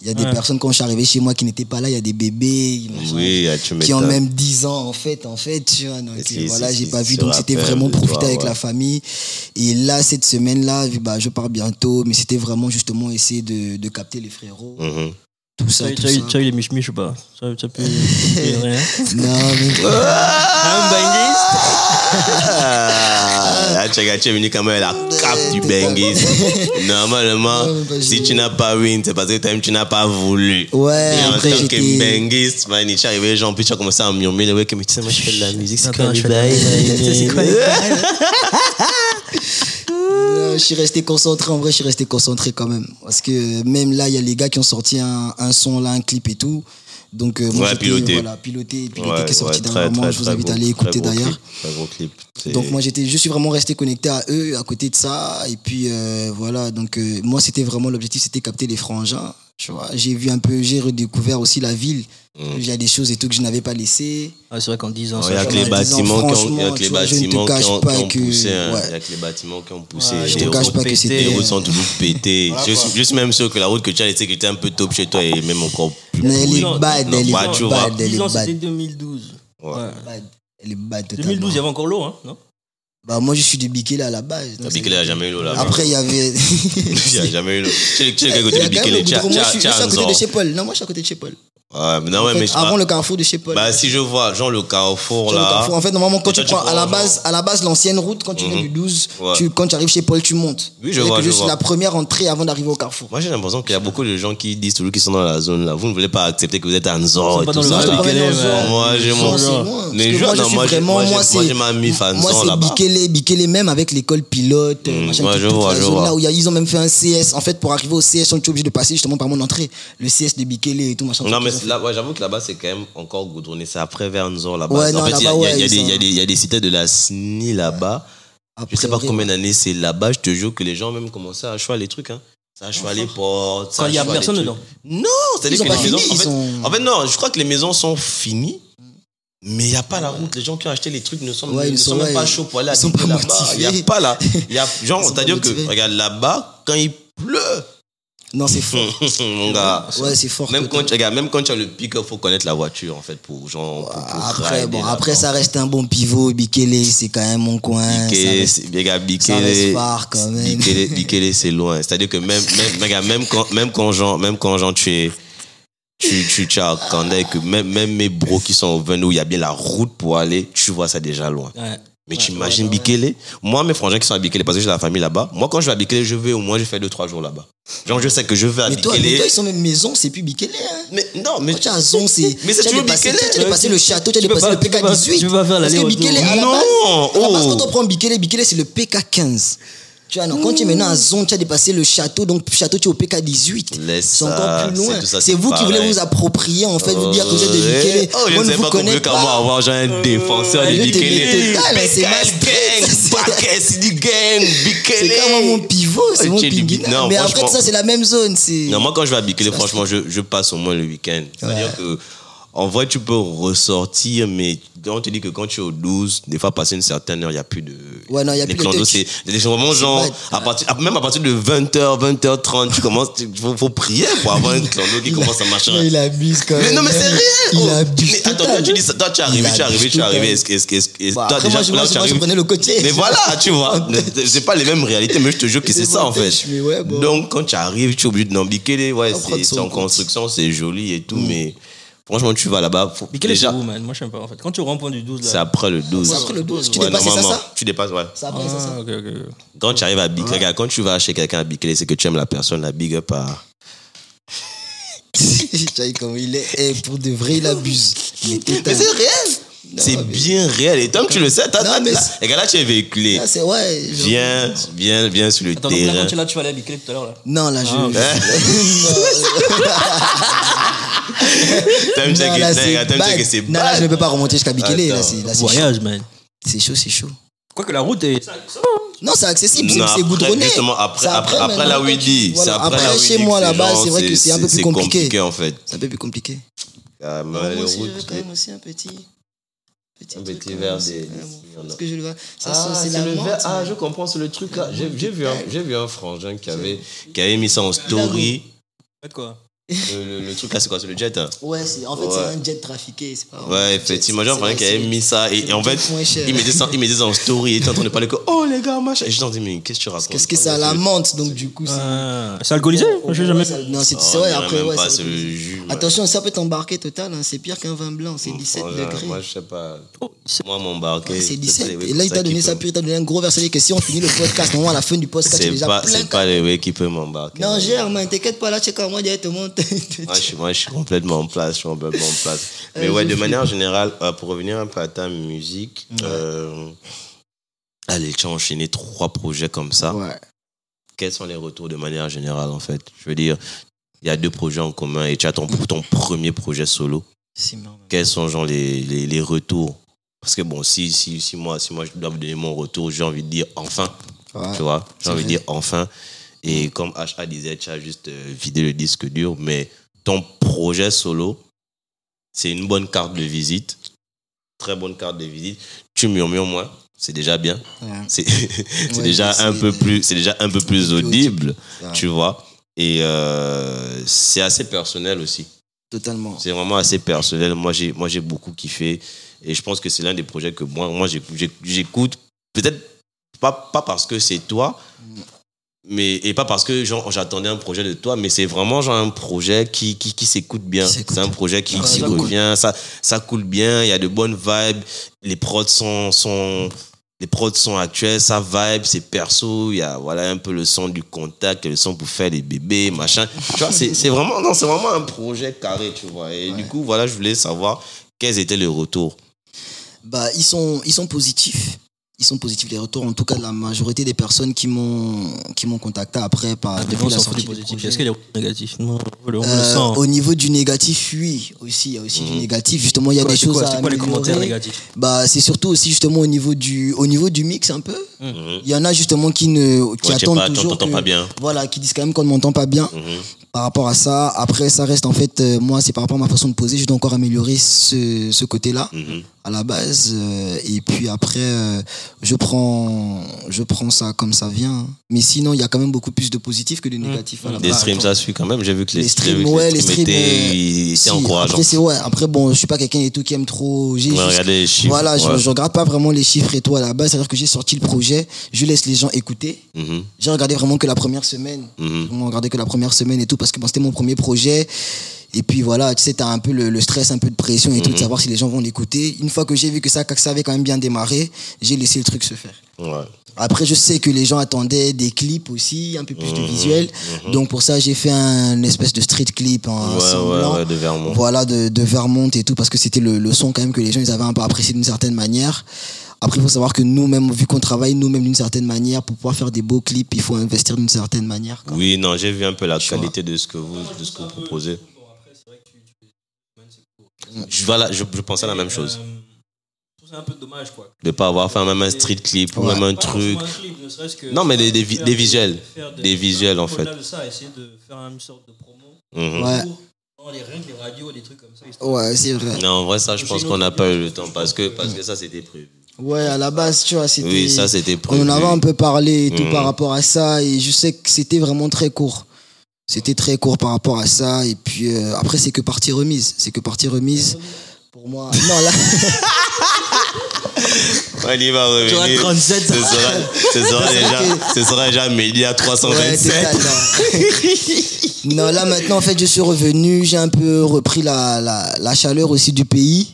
Speaker 2: Il y a des
Speaker 3: Ouais.
Speaker 2: personnes, quand je suis arrivé chez moi, qui n'étaient pas là. Il y a des bébés, machin,
Speaker 1: Oui, ah, tu
Speaker 2: qui ont
Speaker 1: m'étonnes.
Speaker 2: même dix ans en fait. En fait, tu vois. Donc
Speaker 1: Et
Speaker 2: euh,
Speaker 1: si,
Speaker 2: voilà,
Speaker 1: si,
Speaker 2: j'ai
Speaker 1: si,
Speaker 2: pas
Speaker 1: si,
Speaker 2: vu.
Speaker 1: se
Speaker 2: Donc c'était
Speaker 1: rappelle
Speaker 2: vraiment
Speaker 1: de toi,
Speaker 2: profiter avec
Speaker 1: ouais.
Speaker 2: la famille. Et là, cette semaine-là, vu, bah, je pars bientôt. Mais c'était vraiment justement essayer de, de capter les frérots.
Speaker 1: Mhm.
Speaker 2: Tout
Speaker 3: tu
Speaker 2: ça,
Speaker 3: as,
Speaker 2: tout
Speaker 3: tu as eu- tu
Speaker 2: ça.
Speaker 3: as eu les michemiches ou pas Tu as, tu as pu, tu as pu- rien
Speaker 2: Non, mais.
Speaker 1: bah,
Speaker 3: Ah,
Speaker 1: Ah, là, tu es tu es venu quand même à la cape du Bengis. Normalement,
Speaker 2: Ouais, mais pas
Speaker 1: si
Speaker 2: sûr.
Speaker 1: tu n'as pas win, c'est parce que toi-même, tu n'as pas voulu.
Speaker 2: Ouais,
Speaker 1: Et en
Speaker 2: après,
Speaker 1: tant que
Speaker 2: j'étais.
Speaker 1: bengiste, man, il est arrivé, genre, puis tu as commencé à murmurer, ouais, que, mais tu sais, moi, je fais de la musique, c'est quoi
Speaker 3: Attends,
Speaker 1: les
Speaker 3: je fais de la
Speaker 1: bails,
Speaker 3: musique,
Speaker 1: man,
Speaker 3: tu sais, c'est quoi les
Speaker 2: Non, je suis resté concentré, en vrai, je suis resté concentré quand même. Parce que euh, même là, il y a les gars qui ont sorti un, un son, là, un clip et tout. Donc, euh, moi,
Speaker 1: Ouais,
Speaker 2: j'étais,
Speaker 1: piloté.
Speaker 2: Voilà, piloté, piloté
Speaker 1: Ouais,
Speaker 2: qui est sorti
Speaker 1: ouais, très,
Speaker 2: dernièrement.
Speaker 1: très,
Speaker 2: je vous
Speaker 1: très
Speaker 2: invite
Speaker 1: gros-
Speaker 2: à aller
Speaker 1: très
Speaker 2: écouter
Speaker 1: gros
Speaker 2: d'ailleurs.
Speaker 1: clip, Très gros clip. C'est-
Speaker 2: Donc, moi, j'étais, je suis vraiment resté connecté à eux, à côté de ça. Et puis, euh, voilà. Donc, euh, moi, c'était vraiment l'objectif, c'était capter les frangins. Tu vois, j'ai vu un peu, j'ai redécouvert aussi la ville.
Speaker 1: Hmm.
Speaker 2: Il y a des choses et tout que je n'avais pas laissées.
Speaker 3: Ah, c'est vrai qu'en 10 ans,
Speaker 1: Il y a
Speaker 3: ça
Speaker 1: que
Speaker 2: Genre,
Speaker 1: les
Speaker 2: en disant,
Speaker 1: bâtiments qui ont- il y a
Speaker 2: franchement,
Speaker 1: que
Speaker 2: tu
Speaker 1: les
Speaker 2: vois, je ne te
Speaker 1: bâtiments qui
Speaker 2: cache
Speaker 1: ont-
Speaker 2: pas
Speaker 1: qui ont
Speaker 2: que-
Speaker 1: poussé. hein.
Speaker 2: ouais.
Speaker 1: Il y a que les bâtiments qui ont poussé.
Speaker 3: Ouais, je
Speaker 1: les
Speaker 2: te
Speaker 1: routes-
Speaker 2: cache pas que
Speaker 3: pété,
Speaker 1: les
Speaker 2: c'était.
Speaker 1: routes sont toujours pétées. Je suis juste même sûr que la route que tu as laissée, qui était un peu top chez toi, est même encore plus
Speaker 2: Mais elle est
Speaker 1: pourrie.
Speaker 2: bad,
Speaker 1: Non,
Speaker 2: elle est
Speaker 1: bah,
Speaker 2: bad,
Speaker 1: tu vois.
Speaker 2: bad. elle est
Speaker 3: 10 ans, c'était
Speaker 2: bad.
Speaker 3: 2012.
Speaker 1: Ouais.
Speaker 3: Ouais.
Speaker 2: bad. Elle est bad totalement.
Speaker 3: 2012, il y avait encore l'eau, hein non
Speaker 2: Bah, moi, je suis de Bikele à la base.
Speaker 1: La
Speaker 2: donc
Speaker 1: Bikele
Speaker 2: c'est-
Speaker 1: a jamais eu l'eau là.
Speaker 2: Après, il y avait.
Speaker 1: hein. Il y a jamais eu l'eau. Tu sais, tu sais, quel
Speaker 2: Il y
Speaker 1: côté
Speaker 2: a
Speaker 1: de
Speaker 2: quand même
Speaker 1: Bikele,
Speaker 2: au bout
Speaker 1: tu as-
Speaker 2: de- moi,
Speaker 1: tu
Speaker 2: je
Speaker 1: as-
Speaker 2: suis-
Speaker 1: tu
Speaker 2: je
Speaker 1: as
Speaker 2: suis à côté de
Speaker 1: Anzor.
Speaker 2: chez Paul. Non, moi, je suis à côté de chez Paul.
Speaker 1: Ouais, mais non,
Speaker 2: En
Speaker 1: Ah ouais,
Speaker 2: fait,
Speaker 1: mais je
Speaker 2: avant
Speaker 1: parle-
Speaker 2: le carrefour de chez Paul.
Speaker 1: Bah, si je vois, genre le carrefour
Speaker 2: Sur le
Speaker 1: là.
Speaker 2: carrefour. En fait, normalement, quand
Speaker 1: Et
Speaker 2: tu
Speaker 1: toi, tu
Speaker 2: prends à la
Speaker 1: prends, genre- Mhm.
Speaker 2: base, à la base l'ancienne route, quand tu viens du 12,
Speaker 1: Ouais.
Speaker 2: tu, quand tu arrives chez Paul, tu montes.
Speaker 1: Oui, je
Speaker 2: C'est-à-dire
Speaker 1: vois,
Speaker 2: que
Speaker 1: je
Speaker 2: Je suis
Speaker 1: vois.
Speaker 2: la première entrée avant d'arriver au carrefour.
Speaker 1: Moi, j'ai l'impression qu'il y a beaucoup de gens qui disent, toujours qu'ils sont dans la zone là, vous ne voulez pas accepter que vous êtes à Anzor
Speaker 3: C'est
Speaker 1: et
Speaker 3: pas
Speaker 1: tout
Speaker 3: dans le
Speaker 1: ça.
Speaker 3: Grand
Speaker 1: là.
Speaker 3: Bikele,
Speaker 2: Ouais,
Speaker 3: ouais.
Speaker 1: Moi, j'ai
Speaker 2: Non,
Speaker 1: mon.
Speaker 2: c'est loin, parce
Speaker 1: Mais
Speaker 2: que
Speaker 1: je-
Speaker 2: moi, je
Speaker 1: non,
Speaker 2: suis
Speaker 1: moi, j'ai-
Speaker 2: vraiment,
Speaker 1: moi, j'ai-
Speaker 2: moi,
Speaker 1: Moi,
Speaker 2: c'est-
Speaker 1: j'ai ma mif à
Speaker 2: Moi,
Speaker 1: Anzor
Speaker 2: c'est
Speaker 1: là-bas.
Speaker 2: Bikele, Bikele même avec l'école pilote,
Speaker 1: Mm,
Speaker 2: machin,
Speaker 1: ouais,
Speaker 2: qui-
Speaker 1: je
Speaker 2: toute
Speaker 1: vois,
Speaker 2: la
Speaker 1: je
Speaker 2: zone
Speaker 1: vois.
Speaker 2: là où il y a- ils ont même fait un CS. En fait, pour arriver au CS, on est obligé de passer justement par mon entrée. Le CS de Bikele et tout, machin.
Speaker 1: Non,
Speaker 2: tout
Speaker 1: mais
Speaker 2: ça.
Speaker 1: là, ouais, j'avoue que là-bas, c'est quand même encore goudronné. C'est après vers Anzor là-bas.
Speaker 2: Ouais, non,
Speaker 1: en fait, il y a-
Speaker 2: là-bas,
Speaker 1: il y a- il y, a
Speaker 2: ouais,
Speaker 1: des- il y a
Speaker 2: ils
Speaker 1: des- il y a des cités de la SNI là-bas. Je sais pas
Speaker 2: Après,
Speaker 1: combien d'années c'est là-bas. Je te jure que les gens ont même commencé à choisir les trucs. Hein. Ça, cheval et porte. ça,
Speaker 3: Quand il y a
Speaker 1: cheval et
Speaker 3: personne
Speaker 1: trucs.
Speaker 3: dedans.
Speaker 1: Non, c'est-à-dire
Speaker 2: Ils ont
Speaker 1: que les
Speaker 2: pas
Speaker 1: maisons.
Speaker 2: fini,
Speaker 1: en, fait,
Speaker 2: ils ont-
Speaker 1: en fait, non, je crois que les maisons sont finies, mais il n'y a pas la route. Les gens qui ont acheté les trucs ne sont,
Speaker 2: Ouais,
Speaker 1: ne
Speaker 2: ils
Speaker 1: sont
Speaker 2: sont-
Speaker 1: même
Speaker 2: ouais,
Speaker 1: pas chauds pour aller
Speaker 2: ils sont
Speaker 1: habiter
Speaker 2: pas
Speaker 1: là-bas. Il n'y a
Speaker 2: motivés.
Speaker 1: pas là. Il y a, genre,
Speaker 2: Ils sont pas
Speaker 1: c'est-à-dire que,
Speaker 2: motivés.
Speaker 1: regarde, là-bas, quand il pleut,
Speaker 2: Non, c'est fort.
Speaker 1: mon Mm, gars.
Speaker 2: Ouais, c'est fort.
Speaker 1: Même
Speaker 2: total.
Speaker 1: quand, tu- regarde, même quand tu as le pic, il faut connaître la voiture, en fait, pour, genre, pour, pour
Speaker 2: Après,
Speaker 1: rider
Speaker 2: bon,
Speaker 1: là-bas.
Speaker 2: après ça reste un bon pivot. Bikele, c'est quand même mon coin.
Speaker 1: Bikele,
Speaker 2: ça reste-
Speaker 1: c'est- les gars,
Speaker 2: ça
Speaker 1: Bikele,
Speaker 2: reste phare, quand même.
Speaker 1: Bikele- Bikele, c'est loin. C'est-à-dire que même, même, les gars, même quand, même quand genre, même quand genre, tu es, tu, tu, tu es à Kandé, que même, même mes bros qui sont au Venn où il y a bien la route pour aller, tu vois ça déjà loin.
Speaker 3: Ouais.
Speaker 1: Mais tu imagines Bikele Moi, mes frangins qui sont à Bikele, parce que j'ai la famille là-bas, moi, quand je vais à Bikele, je vais au moins, je fais 2-3 jours là-bas. Genre, je sais que je vais à
Speaker 2: Mais toi, mais
Speaker 1: Bikele.
Speaker 2: toi, ils sont même maison, c'est plus Bikele. Hein.
Speaker 1: mais non, mais
Speaker 2: Tu as Zon, c'est.
Speaker 1: Mais c'est
Speaker 2: tu as
Speaker 1: toujours
Speaker 2: dépassé-
Speaker 1: Bikele.
Speaker 2: Tu as dépassé le château, tu as
Speaker 3: Tu peux
Speaker 2: dépassé
Speaker 3: pas-
Speaker 2: le
Speaker 3: tu peux pas-
Speaker 2: PK18.
Speaker 3: tu peux pas faire
Speaker 2: Parce que
Speaker 3: l'aller-retour.
Speaker 2: Bikele, à la
Speaker 1: Non.
Speaker 2: base, à la base,
Speaker 1: Oh.
Speaker 2: quand on prend Bikele, Bikele, c'est le PK15. Tu vois, non, quand tu es
Speaker 1: Mm.
Speaker 2: maintenant à Zon, tu as dépassé le château, donc château, tu es au PK18.
Speaker 1: Laisse ça,
Speaker 2: C'est encore plus
Speaker 1: c'est
Speaker 2: loin.
Speaker 1: tout ça,
Speaker 2: C'est
Speaker 1: c'est
Speaker 2: vous qui
Speaker 1: pareil.
Speaker 2: voulez vous approprier, en fait, vous dire que vous êtes de Bikele.
Speaker 1: Oh, je
Speaker 2: Moi,
Speaker 1: ne sais
Speaker 2: vous Euh,
Speaker 1: pas comment
Speaker 2: connais
Speaker 1: comment avoir genre un défenseur de
Speaker 2: je te
Speaker 1: Bikele.
Speaker 2: mets total, mais c'est mal
Speaker 1: Gang, Bakes, du gang,
Speaker 2: C'est
Speaker 1: Bikele.
Speaker 2: quand même mon pivot, c'est
Speaker 1: Oh,
Speaker 2: mon
Speaker 1: tu es du
Speaker 2: pingui.
Speaker 1: Bi- non,
Speaker 2: Mais après,
Speaker 1: franchement-
Speaker 2: ça, c'est la même zone. c'est-
Speaker 1: Non, moi, quand je vais à Bikele, franchement, je, je passe au moins le week-end. C'est-à-dire que, en vrai, tu peux ressortir, mais quand on te dit que quand tu es au 12, des fois, passer une certaine heure, il n'y a plus de.
Speaker 2: Ouais, non, il y a
Speaker 1: les
Speaker 2: plus de
Speaker 1: clandos,
Speaker 2: touch.
Speaker 1: c'est c'est vraiment genre,
Speaker 2: pas-
Speaker 1: à partir, à- même à partir de 20h, 20h30, tu commences, il faut, faut prier pour avoir un clando qui commence à marcher.
Speaker 2: Mais il abuse quand même.
Speaker 1: Mais non, mais c'est réel!
Speaker 2: Euh, Il
Speaker 1: oh.
Speaker 2: abuse.
Speaker 1: Mais attends, toi,
Speaker 2: total.
Speaker 1: tu dis ça, toi, tu es arrivé,
Speaker 2: Il
Speaker 1: tu es arrivé,
Speaker 2: abuse
Speaker 1: tu es arrivé.
Speaker 2: total.
Speaker 1: Est-ce que, est-ce que, est-ce que-
Speaker 2: Bah,
Speaker 1: toi,
Speaker 2: après,
Speaker 1: déjà,
Speaker 2: moi, je- moi,
Speaker 1: là où
Speaker 2: je-
Speaker 1: tu
Speaker 2: moi, je
Speaker 1: arrives-
Speaker 2: prenais le côté.
Speaker 1: Mais voilà, tu vois, c'est pas les mêmes réalités, mais je te jure que c'est
Speaker 2: C'est
Speaker 1: ça, en fait.
Speaker 2: voltage, mais ouais, bon.
Speaker 1: Donc, quand tu arrives, tu es obligé de n'embiquer, ouais,
Speaker 2: Ça prend
Speaker 1: c'est
Speaker 2: de son
Speaker 1: c'est en
Speaker 2: compte. Mm.
Speaker 1: construction, c'est joli et tout, mais franchement, tu vas là-bas, faut-
Speaker 3: Bikele, c'est
Speaker 1: déjà,
Speaker 3: où, man Moi, je sais pas, en fait. Quand tu rentres du 12, là.
Speaker 1: c'est après le 12.
Speaker 2: C'est après le 12, tu
Speaker 1: Ouais,
Speaker 2: dépasses, c'est ça,
Speaker 1: normalement,
Speaker 2: ça
Speaker 1: Tu dépasses, ouais.
Speaker 2: Ça,
Speaker 3: Ah,
Speaker 2: après, c'est ça.
Speaker 3: ok, ok.
Speaker 1: Quand tu arrives à Bikele, regarde, quand tu vas chez quelqu'un à Bikele, c'est que tu aimes la personne, la big up à...
Speaker 2: Chai, comme il est, eh, pour de vrai, il abuse. Mais
Speaker 1: Mais
Speaker 2: total.
Speaker 1: c'est réel! C'est
Speaker 2: mais-
Speaker 1: bien réel. Et toi, tu le sais, t'as-
Speaker 2: Non,
Speaker 1: t'as-
Speaker 2: mais
Speaker 1: là-
Speaker 2: c'est-
Speaker 1: regarde, là, tu es véhiculé.
Speaker 2: Là, c'est ouais. je-
Speaker 1: Viens, viens, viens sur le
Speaker 3: Attends, donc là,
Speaker 1: terrain. Hein?
Speaker 3: quand tu es là, tu vas aller à Bikele tout à l'heure, là.
Speaker 2: Non, là, je.
Speaker 3: Ah, ok.
Speaker 1: T'aimes
Speaker 2: Non,
Speaker 1: checker-
Speaker 2: là,
Speaker 1: non,
Speaker 2: c'est
Speaker 1: regarde, t'aimes
Speaker 2: bad.
Speaker 1: checker, c'est
Speaker 2: Non, là,
Speaker 1: bad.
Speaker 2: je ne peux pas remonter jusqu'à Bikele. Là,
Speaker 1: Attends.
Speaker 2: c'est là, c'est chaud.
Speaker 3: Voyage, man.
Speaker 2: C'est chaud, c'est chaud.
Speaker 3: Quoique la route est.
Speaker 2: Non, c'est accessible,
Speaker 1: Non,
Speaker 2: c'est
Speaker 1: après,
Speaker 2: goudronné.
Speaker 1: justement, après-
Speaker 2: C'est
Speaker 1: après- après
Speaker 2: maintenant,
Speaker 1: la
Speaker 2: quand tu-
Speaker 1: Widi, c'est
Speaker 2: voilà,
Speaker 1: après la
Speaker 2: chez
Speaker 1: Widi
Speaker 2: moi,
Speaker 1: que
Speaker 2: là-bas,
Speaker 1: genre,
Speaker 2: c'est vrai que c'est un peu plus
Speaker 1: c'est
Speaker 2: compliqué.
Speaker 1: en fait.
Speaker 2: C'est un peu plus compliqué.
Speaker 1: Ah, mais
Speaker 2: Moi
Speaker 1: les
Speaker 2: aussi, j'avais
Speaker 1: routes,
Speaker 2: quand même aussi un petit. Petit,
Speaker 1: Un
Speaker 2: truc,
Speaker 1: petit
Speaker 2: hein,
Speaker 1: verre
Speaker 2: c'est-
Speaker 1: des-
Speaker 2: ouais,
Speaker 1: des-
Speaker 2: bon,
Speaker 1: il y en a.
Speaker 2: Parce que je le vois. Ça
Speaker 1: Ah,
Speaker 2: sent, c'est
Speaker 1: c'est
Speaker 2: la
Speaker 1: le
Speaker 2: menthe.
Speaker 1: verre. Ah, je comprends, c'est le truc là. J'ai j'ai vu, un- j'ai vu un frangin qui avait, qui avait mis ça en story.
Speaker 3: Faites quoi
Speaker 1: Le, le- le truc là, c'est quoi C'est le jet hein
Speaker 2: Ouais, c'est- en fait,
Speaker 1: Ouais.
Speaker 2: c'est un jet trafiqué. c'est pas-
Speaker 1: Ouais,
Speaker 2: c'est-
Speaker 1: effectivement. J'ai
Speaker 2: c'est-
Speaker 1: un
Speaker 2: c'est-
Speaker 1: frangin qui avait
Speaker 2: c'est-
Speaker 1: mis ça. Et, et en
Speaker 2: c'est
Speaker 1: fait,
Speaker 2: le moins cher.
Speaker 1: il mettait ça, il mettait ça en story. Il était en train de parler que, oh les gars, machin. Et je leur dis, mais qu'est-ce que tu racontes
Speaker 2: Qu'est-ce que c'est à la menthe Donc, du coup, c'est.
Speaker 3: C'est alcoolisé Moi, j'ai jamais.
Speaker 2: Ouais, ça- Non, c'est
Speaker 1: Oh,
Speaker 2: c'est
Speaker 1: on
Speaker 2: vrai,
Speaker 1: dirait
Speaker 2: après,
Speaker 1: même
Speaker 2: ouais.
Speaker 1: pas,
Speaker 2: ça-
Speaker 1: c'est le Oh, jus, ouais.
Speaker 2: Attention, ça peut t'embarquer total, hein, c'est pire qu'un vin blanc, c'est 17
Speaker 1: Frangin,
Speaker 2: degrés. Ah,
Speaker 1: Moi, je sais pas.
Speaker 3: Oh, c'est-
Speaker 1: Moi, m'embarquer.
Speaker 2: C'est 17. Et là, il t'a donné ça, puis il t'a donné un gros verset. Que si on finit le podcast, normalement, à la fin du podcast, c'est
Speaker 1: C'est
Speaker 2: déjà
Speaker 1: pas,
Speaker 2: plein.
Speaker 1: c'est pas les mecs qui peuvent m'embarquer.
Speaker 2: Non, gère, man, t'inquiète pas, là, tu sais quoi, moi, derrière tout le monde.
Speaker 1: Moi je, suis, moi, je suis complètement en place, je suis complètement en place. Mais
Speaker 2: Euh,
Speaker 1: ouais,
Speaker 2: je
Speaker 1: de
Speaker 2: suis-
Speaker 1: manière générale, euh, pour revenir un peu à ta musique, euh, allez, tu as enchaîné trois projets comme ça.
Speaker 2: Ouais.
Speaker 1: Quels sont les retours de manière générale, en fait Je veux dire, il y a deux projets en commun et tu as ton, ton premier projet solo.
Speaker 2: C'est marrant.
Speaker 1: Quels sont genre les, les, les retours parce que bon, si, si, si, moi, si moi je dois vous donner mon retour, j'ai envie de dire enfin.
Speaker 2: Ouais.
Speaker 1: tu vois j'ai
Speaker 2: Ah, c'est
Speaker 1: envie de
Speaker 2: vrai. Mm.
Speaker 1: dire enfin et comme HA disait tu as juste euh, vidé le disque dur mais ton projet solo c'est une bonne carte de visite très bonne carte de visite tu murmures moins c'est déjà bien
Speaker 2: Ouais.
Speaker 1: c'est c'est
Speaker 2: Ouais,
Speaker 1: déjà
Speaker 2: c'est-
Speaker 1: un peu plus c'est déjà un peu plus
Speaker 2: audible.
Speaker 1: audible
Speaker 2: Ouais.
Speaker 1: Ah. tu vois et euh, c'est assez personnel aussi
Speaker 2: Totalement.
Speaker 1: c'est vraiment assez personnel. Moi, j'ai, moi, j'ai beaucoup kiffé. Et je pense que c'est l'un des projets que moi, moi j'écoute, j'éc- j'écoute. Peut-être pas, pas parce que c'est toi, mais, et pas parce que genre, j'attendais un projet de toi, mais c'est vraiment genre un projet qui, qui, qui s'écoute bien.
Speaker 2: Qui s'écoute.
Speaker 1: C'est un projet qui,
Speaker 2: Ah,
Speaker 1: qui
Speaker 2: ça coule.
Speaker 1: revient, ça, ça coule bien, il y a de bonnes vibes, les prods sont, sont, les prods sont actuels, ça vibe, c'est perso, il y a voilà, un peu le son du contact, le son pour faire les bébés, machin. Tu vois, c'est c'est vraiment, non, c'est vraiment un projet carré, tu vois. Et du coup, voilà, je voulais savoir quels étaient les retours.
Speaker 2: Bah, ils sont, ils sont positifs. ils sont positifs les retours en tout cas de la majorité des personnes qui m'ont qui m'ont contacté après par
Speaker 3: Ah,
Speaker 2: depuis
Speaker 3: on
Speaker 2: la
Speaker 3: s'en fout
Speaker 2: sortie du
Speaker 3: du positif.
Speaker 2: projet.
Speaker 3: Est-ce qu'il y a des retours négatifs Non, on le on le
Speaker 2: Euh,
Speaker 3: sent.
Speaker 2: au niveau du négatif, oui, aussi, il y a aussi du négatif. Justement, il y a
Speaker 3: Quoi,
Speaker 2: des
Speaker 3: c'est
Speaker 2: choses
Speaker 3: quoi-
Speaker 2: à
Speaker 3: c'est quoi les
Speaker 2: améliorer.
Speaker 3: commentaires négatifs
Speaker 2: Bah, c'est surtout aussi justement au niveau du, au niveau du mix un peu. Il y en a justement qui ne, qui
Speaker 1: Mhm. Ouais, je sais
Speaker 2: attendent
Speaker 1: pas,
Speaker 2: toujours.
Speaker 1: t'entends
Speaker 2: que-
Speaker 1: pas bien. Mhm.
Speaker 2: Voilà, qui disent quand même qu'on ne m'entend pas bien. Par rapport à ça, après, ça reste en fait, euh, moi, c'est par rapport à ma façon de poser, je dois encore améliorer ce, ce côté-là
Speaker 1: Mhm.
Speaker 2: à la base. euh, et puis après, euh, je prends, je prends ça comme ça vient. Mais sinon, il y a quand même beaucoup plus de positifs que de négatifs. à la
Speaker 1: Mhm. Des
Speaker 2: base.
Speaker 1: streams, ça suit quand même. J'ai vu que les,
Speaker 2: Ah, bah, Les streams,
Speaker 1: les
Speaker 2: ouais, les streams.
Speaker 1: étaient,
Speaker 2: euh,
Speaker 1: ils étaient
Speaker 2: si,
Speaker 1: encourageants.
Speaker 2: Après, c'est ouais. Après, bon, je suis pas quelqu'un et tout qui aime trop. J'ai
Speaker 1: Ouais,
Speaker 2: juste-
Speaker 1: regardez les chiffres.
Speaker 2: Voilà, je,
Speaker 1: ouais.
Speaker 2: je regarde pas vraiment les chiffres et tout à la base. C'est-à-dire que j'ai sorti le projet, je laisse les gens écouter.
Speaker 1: Mhm,
Speaker 2: J'ai regardé vraiment que la première semaine.
Speaker 1: mhm.
Speaker 2: On regardait que la première semaine et tout parce que bon, c'était mon premier projet. Et puis voilà, tu sais, t'as un peu le, le stress, un peu de pression et tout, de
Speaker 1: Mhm.
Speaker 2: savoir si les gens vont l'écouter. Une fois que j'ai vu que ça, que ça avait quand même bien démarré, j'ai laissé le truc se faire.
Speaker 1: Ouais.
Speaker 2: Après, je sais que les gens attendaient des clips aussi, un peu plus
Speaker 1: Mhm.
Speaker 2: de visuels. Donc pour ça, j'ai fait un espèce de street clip en
Speaker 1: Ouais,
Speaker 2: semblant.
Speaker 1: ouais, ouais, de Vermont.
Speaker 2: Voilà, de, de Vermont et tout, parce que c'était le, le son quand même que les gens ils avaient un peu apprécié d'une certaine manière. Après, il faut savoir que nous-mêmes, vu qu'on travaille nous-mêmes d'une certaine manière, pour pouvoir faire des beaux clips, il faut investir d'une certaine manière. quoi.
Speaker 1: Oui, non, j'ai vu un peu la
Speaker 2: vois.
Speaker 1: qualité de ce que vous, de ce que vous proposez. Je, voilà, je, je pensais à la même chose.
Speaker 3: C'est un peu dommage, quoi.
Speaker 1: De pas avoir fait même un street clip ou
Speaker 2: Ouais.
Speaker 1: même un truc. Non, mais des- des vi- des visuels. Des visuels, en fait.
Speaker 3: Au-delà de ça, essayer de faire une sorte de promo.
Speaker 1: Mhm.
Speaker 2: Ouais.
Speaker 3: pour- dans les règles, les radios, des trucs comme ça. histoire
Speaker 2: Ouais, c'est vrai.
Speaker 1: Non, en vrai, ça, je pense qu'on n'a pas eu le temps parce que, parce que ça, c'était prévu.
Speaker 2: Ouais, à la base, tu vois, c'était.
Speaker 1: Oui, ça, c'était
Speaker 2: On en
Speaker 1: prévu.
Speaker 2: avait un peu parlé et tout
Speaker 1: Mhm.
Speaker 2: par rapport à ça, et je sais que c'était vraiment très court. C'était très court par rapport à ça, et puis euh, après, c'est que partie remise. C'est que partie remise. Pour moi, non, là,
Speaker 1: On y va
Speaker 3: Tu auras
Speaker 1: revenir.
Speaker 3: 37
Speaker 1: Ce sera, ce sera déjà, ce sera déjà Mélie à
Speaker 2: ouais, c'est
Speaker 1: 327.
Speaker 2: ça, non. non, là maintenant, en fait, je suis revenu, j'ai un peu repris la, la, la chaleur aussi du pays.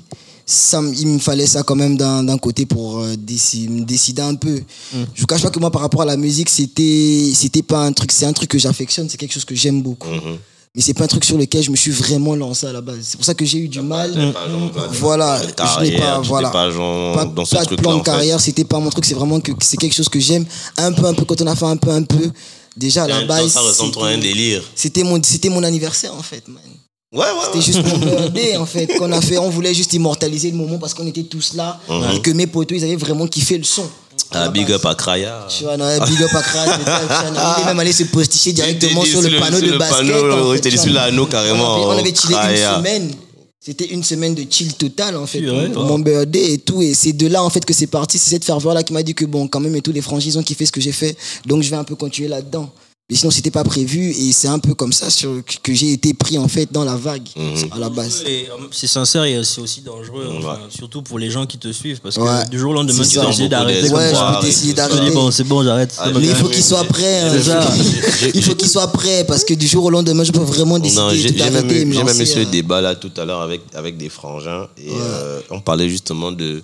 Speaker 2: Ça, me- il me fallait ça quand même d'un d'un côté pour euh, déci- me décider un peu.
Speaker 1: Mm.
Speaker 2: Je vous cache pas que moi, par rapport à la musique, c'était c'était pas un truc, c'est un truc que j'affectionne, c'est quelque chose que j'aime beaucoup.
Speaker 1: Mhm.
Speaker 2: Mais c'est pas un truc sur lequel je me suis vraiment lancé à la base. C'est pour ça que j'ai eu du mal.
Speaker 1: Mm.
Speaker 2: Mm. Voilà, je n'ai
Speaker 1: Carrière,
Speaker 2: pas,
Speaker 1: tu
Speaker 2: voilà.
Speaker 1: n'es pas genre
Speaker 2: pas,
Speaker 1: dans ce
Speaker 2: pas de
Speaker 1: truc-là,
Speaker 2: plan de
Speaker 1: en fait.
Speaker 2: carrière, c'était pas mon truc, c'est vraiment que c'est quelque chose que j'aime un peu un peu quand on a fait un peu un peu déjà à
Speaker 1: En
Speaker 2: la
Speaker 1: même temps,
Speaker 2: base
Speaker 1: ça ressemble trop à un
Speaker 2: c'était-
Speaker 1: délire.
Speaker 2: c'était mon c'était mon anniversaire en fait man.
Speaker 1: Ouais, ouais. ouais.
Speaker 2: C'était juste mon birthday en fait qu'on a fait, on voulait juste immortaliser le moment parce qu'on était tous là et que mes potos ils avaient vraiment kiffé le son.
Speaker 1: Mhm. Ah, big up à Kraya.
Speaker 2: Tu vois, non, ouais, big up à Kras, mais ça, tu vois, on était même allé se posticher directement sur le panneau de basket. en fait,
Speaker 1: T'es dit
Speaker 2: tu
Speaker 1: sur
Speaker 2: vois.
Speaker 1: l'anneau
Speaker 2: On
Speaker 1: carrément. Ah,
Speaker 2: avait, on avait chillé
Speaker 1: Kraya.
Speaker 2: une semaine. C'était une semaine de chill total en fait.
Speaker 3: Tu vois,
Speaker 2: pour
Speaker 3: ouais.
Speaker 2: mon birthday et tout. Et c'est de là en fait que c'est parti. C'est cette ferveur là qui m'a dit que bon, quand même, et tous les franchises ont kiffé ce que j'ai fait. Donc je vais un peu continuer là-dedans. Mais sinon, c'était pas prévu. Et c'est un peu comme ça sur, que- que j'ai été pris en fait dans la vague
Speaker 1: Mhm.
Speaker 2: à la base.
Speaker 3: Et, euh, C'est sincère et c'est aussi dangereux, enfin, surtout pour les gens qui te suivent, parce que
Speaker 2: Ouais.
Speaker 3: du jour au lendemain,
Speaker 2: C'est
Speaker 3: tu
Speaker 2: ça.
Speaker 3: as décidé d'arrêter
Speaker 1: Ouais,
Speaker 3: comme
Speaker 2: Ouais,
Speaker 1: ça,
Speaker 2: j'ai
Speaker 3: ça.
Speaker 1: arrête,
Speaker 2: décidé
Speaker 1: tout ça.
Speaker 3: Tu dis,
Speaker 2: d'arrêter.
Speaker 3: bon, c'est bon, j'arrête.
Speaker 1: Ah,
Speaker 3: Non,
Speaker 2: Mais il faut
Speaker 1: Ouais,
Speaker 2: qu'il
Speaker 1: mais
Speaker 2: soit
Speaker 1: j'ai-
Speaker 2: prêt. hein.
Speaker 1: j'ai- j'ai-
Speaker 2: Il faut qu'il soit prêt parce que du jour au lendemain, je peux vraiment décider
Speaker 1: Non,
Speaker 2: de
Speaker 1: j'ai
Speaker 2: tout
Speaker 1: j'ai même
Speaker 2: arrêter et
Speaker 1: eu,
Speaker 2: me
Speaker 1: j'ai même eu
Speaker 2: lancer,
Speaker 1: ce
Speaker 2: euh,
Speaker 1: débat là tout à l'heure avec, avec des frangins et euh, on parlait justement de,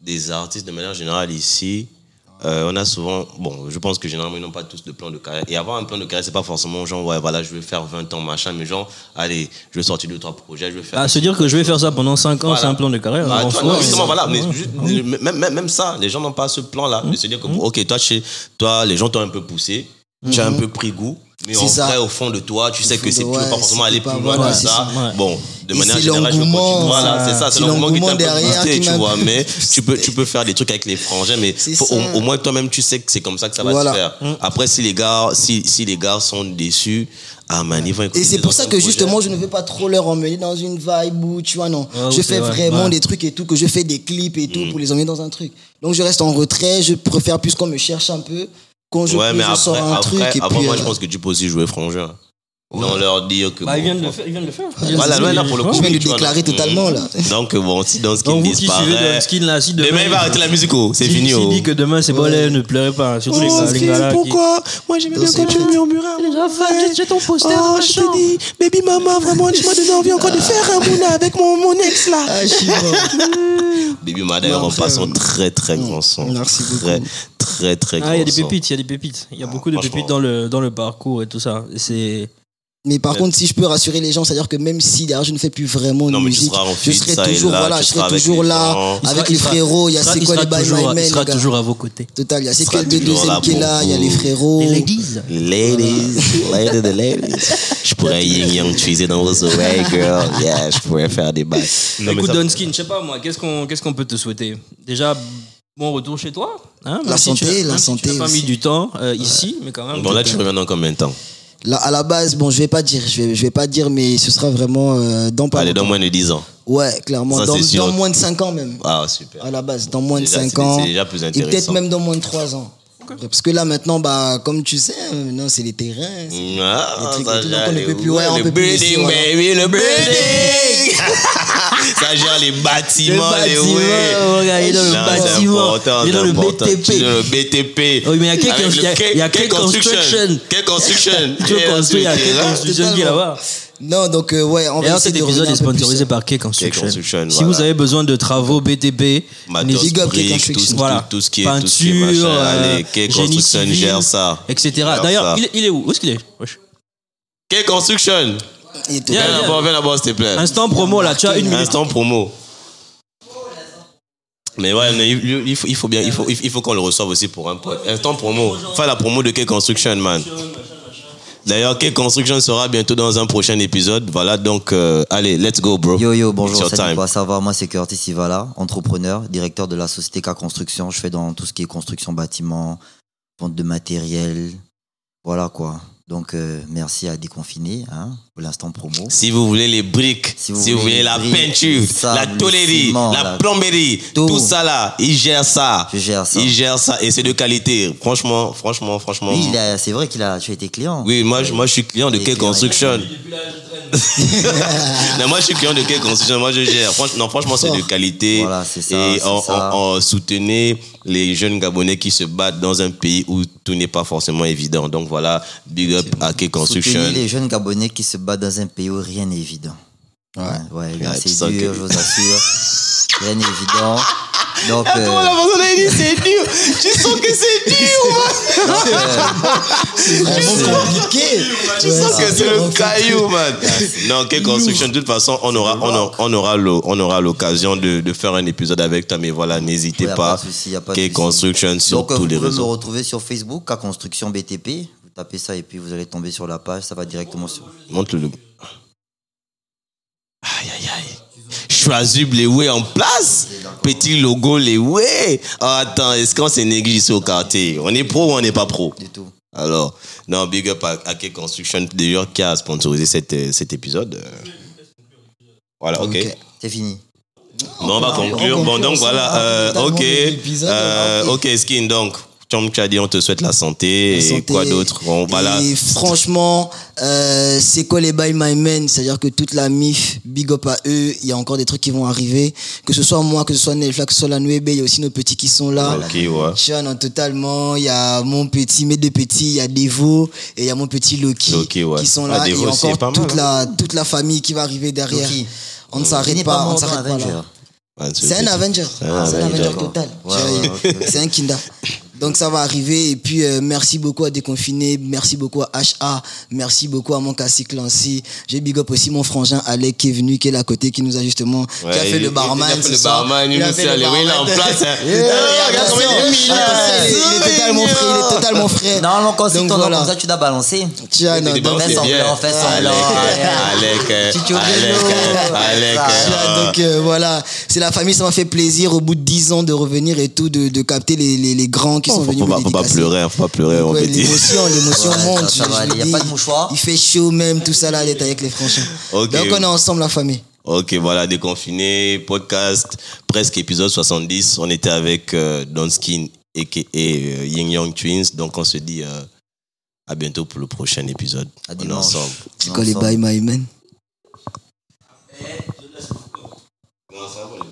Speaker 1: des artistes de manière générale ici. Euh, on a souvent, bon, je pense que généralement ils n'ont pas tous de plan de carrière. Et avoir un plan de carrière, c'est pas forcément genre, ouais, voilà, je vais faire 20 ans, machin, mais genre, allez, je vais sortir deux, trois projets, je vais faire.
Speaker 3: Ah, se dire que je vais faire ça pendant 5 ans,
Speaker 1: Voilà.
Speaker 3: c'est un plan de carrière.
Speaker 1: Ah,
Speaker 3: en
Speaker 1: toi,
Speaker 3: soi,
Speaker 1: non, justement,
Speaker 3: c'est-
Speaker 1: voilà, mais juste- même, même, même ça, les gens n'ont pas ce plan-là. De se dire que,
Speaker 3: Hmm.
Speaker 1: bon, ok, toi, chez, toi, les gens t'ont un peu poussé, tu as un peu pris goût, mais
Speaker 2: C'est
Speaker 1: en
Speaker 2: ça.
Speaker 1: vrai, au fond de toi, tu sais
Speaker 2: fond
Speaker 1: que
Speaker 2: de-
Speaker 1: c'est
Speaker 2: ouais,
Speaker 1: plus pas forcément
Speaker 2: c'est
Speaker 1: aller
Speaker 2: pas-
Speaker 1: plus loin
Speaker 2: voilà,
Speaker 1: que
Speaker 2: c'est
Speaker 1: ça.
Speaker 2: ça, ouais.
Speaker 1: Bon, de
Speaker 2: Et
Speaker 1: manière
Speaker 2: c'est
Speaker 1: générale, je
Speaker 2: l'engouement,
Speaker 1: continue. Voilà,
Speaker 2: ça.
Speaker 1: c'est ça, c'est
Speaker 2: C'est
Speaker 1: l'engouement qui t'a un peu
Speaker 2: l'engouement derrière
Speaker 1: boosté,
Speaker 2: qui
Speaker 1: tu
Speaker 2: m'a
Speaker 1: vois.
Speaker 2: boosté.
Speaker 1: Mais tu peux, tu peux faire des trucs avec les frangins, mais
Speaker 2: C'est
Speaker 1: faut-
Speaker 2: ça.
Speaker 1: au, au moins toi-même, tu sais que c'est comme ça que ça va
Speaker 2: Voilà.
Speaker 1: se faire.
Speaker 3: Hmm.
Speaker 1: Après, si les gars, si, si les gars sont déçus, ah man, ils vont écouter
Speaker 2: Et c'est
Speaker 1: des
Speaker 2: pour ça
Speaker 1: anciens
Speaker 2: que
Speaker 1: projets.
Speaker 2: justement, je ne veux pas trop leur emmener dans une vibe où, tu vois, non.
Speaker 1: Ah
Speaker 3: Ouais,
Speaker 2: je
Speaker 3: où
Speaker 2: fais
Speaker 3: c'est, ouais,
Speaker 2: vraiment
Speaker 3: ouais.
Speaker 2: des trucs et tout, que je fais des clips et
Speaker 1: Mm.
Speaker 2: tout pour les emmener dans un truc. Donc je reste en retrait, je préfère plus qu'on me cherche un peu. Quand je,
Speaker 1: Ouais,
Speaker 2: peux,
Speaker 1: mais
Speaker 2: je sors
Speaker 1: après,
Speaker 2: un truc
Speaker 1: après,
Speaker 2: et
Speaker 1: après,
Speaker 2: puis.
Speaker 1: moi, je
Speaker 2: euh,
Speaker 1: pense que tu peux aussi jouer frangin. Non, leur dire que.
Speaker 3: Bah, ils
Speaker 1: bon,
Speaker 3: viennent de le faire. Ils viennent de le faire.
Speaker 1: Voilà, là, là, pour le coup,
Speaker 2: je viens de
Speaker 1: tu vois,
Speaker 2: déclarer
Speaker 1: donc,
Speaker 2: totalement,
Speaker 1: mm,
Speaker 2: là.
Speaker 1: Donc, euh, bon, si Donskin
Speaker 3: Donc, vous qui suivez
Speaker 1: disparaît.
Speaker 3: Donskin, là, si demain.
Speaker 1: Demain, il va arrêter la musique, oh, c'est
Speaker 3: s'il-
Speaker 1: fini.
Speaker 3: S'il
Speaker 1: oh.
Speaker 3: dit que demain, c'est bon, allez, ne pleurez pas. hein.
Speaker 2: Oh,
Speaker 3: Surtout les gars, les gars là. qui-
Speaker 1: Moi, j'aimais
Speaker 2: Dans bien ces quand tu chats.
Speaker 1: murmurais. Oh,
Speaker 3: J'ai ton poster
Speaker 1: dis, baby maman, vraiment, dis-moi de envie encore de faire un mouna avec mon, ex là.
Speaker 2: Ah, je suis mort.
Speaker 1: Baby maman, d'ailleurs,
Speaker 2: Non,
Speaker 1: en
Speaker 2: après,
Speaker 1: passant,
Speaker 2: euh,
Speaker 1: très très grand son.
Speaker 2: merci beaucoup.
Speaker 1: Très très très grand
Speaker 3: Ah, il y a des
Speaker 1: son.
Speaker 3: pépites, il y a des pépites. Il y a beaucoup de
Speaker 1: franchement.
Speaker 3: pépites dans le, dans le parcours et tout ça. Et C'est
Speaker 2: Mais par contre, si je peux rassurer les gens, c'est-à-dire que même si derrière je ne fais plus vraiment de
Speaker 1: Non, mais tu
Speaker 2: musique,
Speaker 1: seras en
Speaker 2: je
Speaker 1: feed,
Speaker 2: serai
Speaker 1: ça et
Speaker 2: toujours
Speaker 1: là,
Speaker 2: voilà,
Speaker 1: tu
Speaker 2: je
Speaker 1: seras
Speaker 2: serai
Speaker 1: avec
Speaker 2: toujours
Speaker 1: les
Speaker 2: là
Speaker 1: gens.
Speaker 3: Il
Speaker 2: avec
Speaker 3: sera-
Speaker 2: les
Speaker 3: il sera-
Speaker 2: frérots. Il y a
Speaker 3: il sera-
Speaker 2: c'est
Speaker 3: il
Speaker 2: quoi
Speaker 3: sera
Speaker 2: les bails
Speaker 3: toujours-
Speaker 2: Maïmen,
Speaker 3: Il sera
Speaker 2: les gars.
Speaker 3: toujours à vos côtés.
Speaker 2: Total, il y a c'est
Speaker 1: sera
Speaker 2: quel de
Speaker 1: toujours là
Speaker 2: deuxième qui est
Speaker 1: pour
Speaker 2: là, il y a
Speaker 1: vous.
Speaker 2: les frérots.
Speaker 3: l'église.
Speaker 1: Ladies, lady the ladies. Je pourrais yin yang tuiser dans vos oreilles, girl. Yeah, je pourrais faire des bails. Non, mais
Speaker 3: Écoute,
Speaker 1: ça-
Speaker 3: Dunskin, je sais pas moi, qu'est-ce qu'on qu'est-ce qu'on peut te souhaiter Déjà, bon retour chez toi. hein,
Speaker 2: La
Speaker 3: même si tu
Speaker 2: santé,
Speaker 3: as-
Speaker 2: la
Speaker 3: même si
Speaker 2: santé
Speaker 3: Tu n'as pas
Speaker 2: aussi.
Speaker 3: mis du temps euh, ici, mais quand même.
Speaker 1: Bon, là, tu reviens dans combien de temps
Speaker 2: Là, à la base, bon, je vais pas dire, je vais, je vais pas dire, mais ce sera vraiment euh, dans pas
Speaker 1: Allez, dans
Speaker 2: longtemps.
Speaker 1: moins de 10 ans.
Speaker 2: Ouais, clairement,
Speaker 1: Ça,
Speaker 2: dans,
Speaker 1: c'est sûr.
Speaker 2: dans moins de 5 ans même.
Speaker 1: Ah, super.
Speaker 2: À la base, dans moins de
Speaker 1: Déjà, c'est
Speaker 2: 5
Speaker 1: dé-
Speaker 2: ans.
Speaker 1: c'est déjà plus
Speaker 2: Et peut-être
Speaker 1: intéressant.
Speaker 2: même dans moins de 3 ans. Parce que là maintenant, bah, comme tu sais, euh, maintenant c'est les terrains. c'est-
Speaker 1: Ah,
Speaker 2: trucs
Speaker 1: ça
Speaker 2: et tout,
Speaker 1: gère
Speaker 2: donc on ne
Speaker 1: les-
Speaker 2: peut plus, ouais, on
Speaker 1: le
Speaker 2: peut plus laisser,
Speaker 1: building,
Speaker 2: voilà.
Speaker 1: baby, le building. ça gère les bâtiments,
Speaker 3: Le
Speaker 1: les
Speaker 3: bâtiment,
Speaker 1: ouais.
Speaker 3: oh, regarde, il est dans le
Speaker 1: Non,
Speaker 3: bâtiment,
Speaker 1: c'est important,
Speaker 3: il est dans le
Speaker 1: c'est important.
Speaker 3: BTP.
Speaker 1: Il est dans le BTP.
Speaker 3: Oui, mais il y a quelques-
Speaker 1: Avec le
Speaker 3: il y a-
Speaker 1: quai-
Speaker 3: il y a
Speaker 1: quai
Speaker 3: quelques construction.
Speaker 1: Quai construction.
Speaker 3: Tu veux
Speaker 1: Yeah,
Speaker 3: construire,
Speaker 1: sur le
Speaker 3: il y a quelques
Speaker 1: terrain.
Speaker 3: constructions qui est
Speaker 2: totalement.
Speaker 3: là-bas.
Speaker 1: Mm.
Speaker 2: Non, donc euh, ouais, on va
Speaker 3: D'ailleurs,
Speaker 2: essayer
Speaker 3: cet
Speaker 2: de
Speaker 3: épisode
Speaker 2: revenir un
Speaker 3: est
Speaker 2: peu plus,
Speaker 3: sponsorisé
Speaker 2: euh,
Speaker 3: par Key Construction.
Speaker 1: Kay Construction,
Speaker 3: si
Speaker 1: voilà.
Speaker 3: vous avez besoin de travaux BTP,
Speaker 1: Matos,
Speaker 2: Big up, quai
Speaker 1: briques,
Speaker 2: construction.
Speaker 1: tout ce-
Speaker 3: voilà,
Speaker 1: tout ce qui est,
Speaker 3: peinture,
Speaker 1: tout ce qui est machin.
Speaker 3: euh,
Speaker 1: Allez, quai
Speaker 3: génie
Speaker 1: construction
Speaker 3: civil,
Speaker 1: gère ça.
Speaker 3: etc.
Speaker 1: Gère ça.
Speaker 3: D'ailleurs, il, est- il est où Où est-ce qu'il est Wesh.
Speaker 1: Quai construction. Eh,
Speaker 2: il était-
Speaker 3: Yeah,
Speaker 1: Viens
Speaker 3: yeah.
Speaker 1: d'abord, viens d'abord, s'il te plaît.
Speaker 3: Instant promo là, tu as
Speaker 4: Ah.
Speaker 3: une minute.
Speaker 1: Instant promo. Mais ouais, mais il, il- il faut, il faut bien, il faut, il faut qu'on le reçoive aussi pour un pod. Instant promo. Faire la promo de K Construction, man. D'ailleurs, K Construction sera bientôt dans un prochain épisode. Voilà, donc, euh, allez, let's go, bro.
Speaker 4: Yo yo,
Speaker 1: It's
Speaker 4: bonjour,
Speaker 1: your
Speaker 4: salut
Speaker 1: time.
Speaker 4: quoi, ça va Moi c'est Curtis Ivala, entrepreneur, directeur de la société K Construction. Je fais dans tout ce qui est construction bâtiment, vente de matériel, voilà quoi. Donc euh, merci à Déconfiné, hein, pour l'instant promo.
Speaker 1: Si vous voulez les briques, si vous, voulez,
Speaker 4: les
Speaker 1: la
Speaker 4: briques,
Speaker 1: peinture,
Speaker 4: le sable,
Speaker 1: la
Speaker 4: le
Speaker 1: tôlerie,
Speaker 4: ciment,
Speaker 1: la,
Speaker 4: la-
Speaker 1: plomberie, tout.
Speaker 4: tout.
Speaker 1: ça là, il gère ça.
Speaker 4: Je gère ça.
Speaker 1: Il gère ça et c'est de qualité. Franchement, franchement, franchement.
Speaker 4: Lui, il a- c'est vrai qu'il a, tu as été client.
Speaker 1: Oui, moi, je- moi je suis client de
Speaker 4: Et
Speaker 1: K
Speaker 4: client,
Speaker 1: Construction. non, moi je suis client de K Construction, moi je gère. Franch- non, franchement, c'est de qualité.
Speaker 4: Oh. Voilà, c'est ça,
Speaker 1: Et
Speaker 4: c'est
Speaker 1: on,
Speaker 4: ça.
Speaker 1: on- on soutenez les jeunes Gabonais qui se battent dans un pays où tout n'est pas forcément évident. Donc voilà, big up à K Construction.
Speaker 4: Soutenez les jeunes Gabonais qui se battent dans un pays où rien n'est évident. Ouais, ouais,
Speaker 1: Ouais, tu
Speaker 4: c'est
Speaker 1: sens
Speaker 4: dur,
Speaker 1: que-
Speaker 4: je vous assure. rien n'est évident. Donc, euh,
Speaker 1: personne a dit c'est dur Tu sens que c'est dur,
Speaker 4: donc, euh,
Speaker 2: C'est vraiment compliqué.
Speaker 1: Tu
Speaker 2: Ouais,
Speaker 1: sens que c'est le
Speaker 2: vraiment
Speaker 1: caillou, man.
Speaker 4: Ah,
Speaker 1: Non, quelle construction. De toute façon, on aura, on aura, on aura le- on aura l'occasion de, de faire un épisode avec toi. Mais voilà, n'hésitez
Speaker 4: Ouais, euh, y a pas
Speaker 1: pas.
Speaker 4: de souci, y a pas de
Speaker 1: Quelle
Speaker 4: souci.
Speaker 1: construction sur
Speaker 4: donc, euh,
Speaker 1: tous
Speaker 4: vous
Speaker 1: les
Speaker 4: pouvez me
Speaker 1: réseaux.
Speaker 4: retrouver sur Facebook, K Construction BTP. Vous tapez ça et puis vous allez tomber sur la page. Ça va directement sur.
Speaker 1: Montre-le. Aïe, aïe, aïe. Choisub les ouais en place. Petit logo les ouais. Ah, attends, est-ce qu'on s'est négligé ici au quartier On est pro ou on n'est pas pro
Speaker 4: Du tout.
Speaker 1: Alors, non, big up à, à K Construction d'ailleurs qui a sponsorisé cet, euh, cet épisode. Euh, Voilà,
Speaker 2: Ok.
Speaker 1: ok.
Speaker 4: C'est fini.
Speaker 1: Bon, on va
Speaker 2: on
Speaker 1: conclure.
Speaker 2: conclut
Speaker 1: Bon, donc
Speaker 2: ensemble.
Speaker 1: voilà.
Speaker 2: Ah,
Speaker 1: euh,
Speaker 2: finalement,
Speaker 1: ok.
Speaker 2: l'épisode,
Speaker 1: Euh,
Speaker 2: ok.
Speaker 1: ok, Skin, donc. Tom, tu as dit, on te souhaite la santé. et
Speaker 2: santé.
Speaker 1: quoi d'autre On va là.
Speaker 2: Et franchement, euh, c'est quoi les by my men C'est-à-dire que toute la MIF, big up à eux, il y a encore des trucs qui vont arriver. Que ce soit moi, que ce soit Nelfla, que ce soit la Nuebe, il y a aussi nos petits qui sont là.
Speaker 1: Ok, ouais.
Speaker 2: Tu vois, non, totalement. Il y a mon petit, mes deux petits, il y a Devo et il y a mon petit Loki
Speaker 1: Loki, ouais.
Speaker 2: qui sont
Speaker 1: Ah,
Speaker 2: là. et il y
Speaker 1: Devo
Speaker 2: a
Speaker 1: aussi
Speaker 2: encore
Speaker 1: est pas mal, hein.
Speaker 2: toute, la, toute la famille qui va arriver derrière.
Speaker 4: Loki.
Speaker 2: On ne
Speaker 4: Il n'est
Speaker 2: s'arrête
Speaker 4: pas
Speaker 2: pas, on
Speaker 4: mort
Speaker 2: ne
Speaker 4: dans
Speaker 2: s'arrête pas
Speaker 4: Avenger.
Speaker 2: là. C'est un Avenger. C'est
Speaker 1: un
Speaker 2: un
Speaker 1: Avenger.
Speaker 2: Avenger total.
Speaker 4: Ouais, ouais, ouais, ok.
Speaker 2: C'est un Kinda. Donc ça va arriver. Et puis euh, merci beaucoup à Déconfiné. Merci beaucoup à HA. Merci beaucoup à mon cassé Clancy. J'ai big up aussi mon frangin Alec qui est venu, qui est là à côté, qui nous a justement. qui a
Speaker 1: Ouais,
Speaker 2: fait
Speaker 1: il-
Speaker 2: le barman.
Speaker 1: Il a fait
Speaker 2: ce
Speaker 1: le
Speaker 2: soir.
Speaker 1: barman, il
Speaker 2: a
Speaker 1: nous
Speaker 2: fait
Speaker 1: sert
Speaker 2: le
Speaker 1: les oui, il est en
Speaker 2: barman.
Speaker 1: place. hein.
Speaker 2: Et
Speaker 1: Regarde
Speaker 2: attention,
Speaker 1: comment il est
Speaker 2: attention,
Speaker 1: mignon.
Speaker 2: Il
Speaker 1: hein.
Speaker 2: est totalement frais, il est totalement
Speaker 1: Ah,
Speaker 2: frais.
Speaker 4: Normalement, quand c'est
Speaker 2: Donc
Speaker 4: ton nom
Speaker 2: voilà.
Speaker 4: comme ça, tu dois balancer.
Speaker 2: Tu vois, non,
Speaker 1: Des
Speaker 2: donc-
Speaker 1: barons,
Speaker 4: fais
Speaker 1: c'est
Speaker 4: semblant,
Speaker 1: bien.
Speaker 4: fais semblant.
Speaker 1: Alec, euh, Alec,
Speaker 4: Chicho
Speaker 1: euh,
Speaker 4: Bello.
Speaker 1: Alec,
Speaker 4: Tu
Speaker 2: Voilà,
Speaker 1: euh,
Speaker 2: donc euh, voilà, c'est la famille, ça m'a fait plaisir au bout de 10 ans de revenir et tout, de, de capter les, les, les grands qui sont
Speaker 1: faut
Speaker 2: venus.
Speaker 1: faut
Speaker 2: me
Speaker 1: pas, faut pas
Speaker 2: dédicacer.
Speaker 1: pleurer, faut pas pleurer, on
Speaker 2: Ouais,
Speaker 1: peut dire.
Speaker 2: l'émotion, l'émotion
Speaker 4: Ouais,
Speaker 2: monte.
Speaker 4: ça, ça
Speaker 2: je-
Speaker 4: va
Speaker 2: je
Speaker 4: aller,
Speaker 2: le
Speaker 4: y a pas
Speaker 2: dis.
Speaker 4: de mouchoir.
Speaker 2: Il fait chaud même, tout ça là, d'être avec les franchins.
Speaker 1: Ok.
Speaker 2: Donc on est ensemble la famille.
Speaker 1: Ok, voilà, déconfiné, podcast, presque épisode 70. On était avec euh, Don Skin et euh, Ying Yang Twins. Donc, on se dit euh, à bientôt pour le prochain épisode.
Speaker 4: À
Speaker 1: on est
Speaker 4: dimanche.
Speaker 1: ensemble.
Speaker 2: C'est quoi les by my man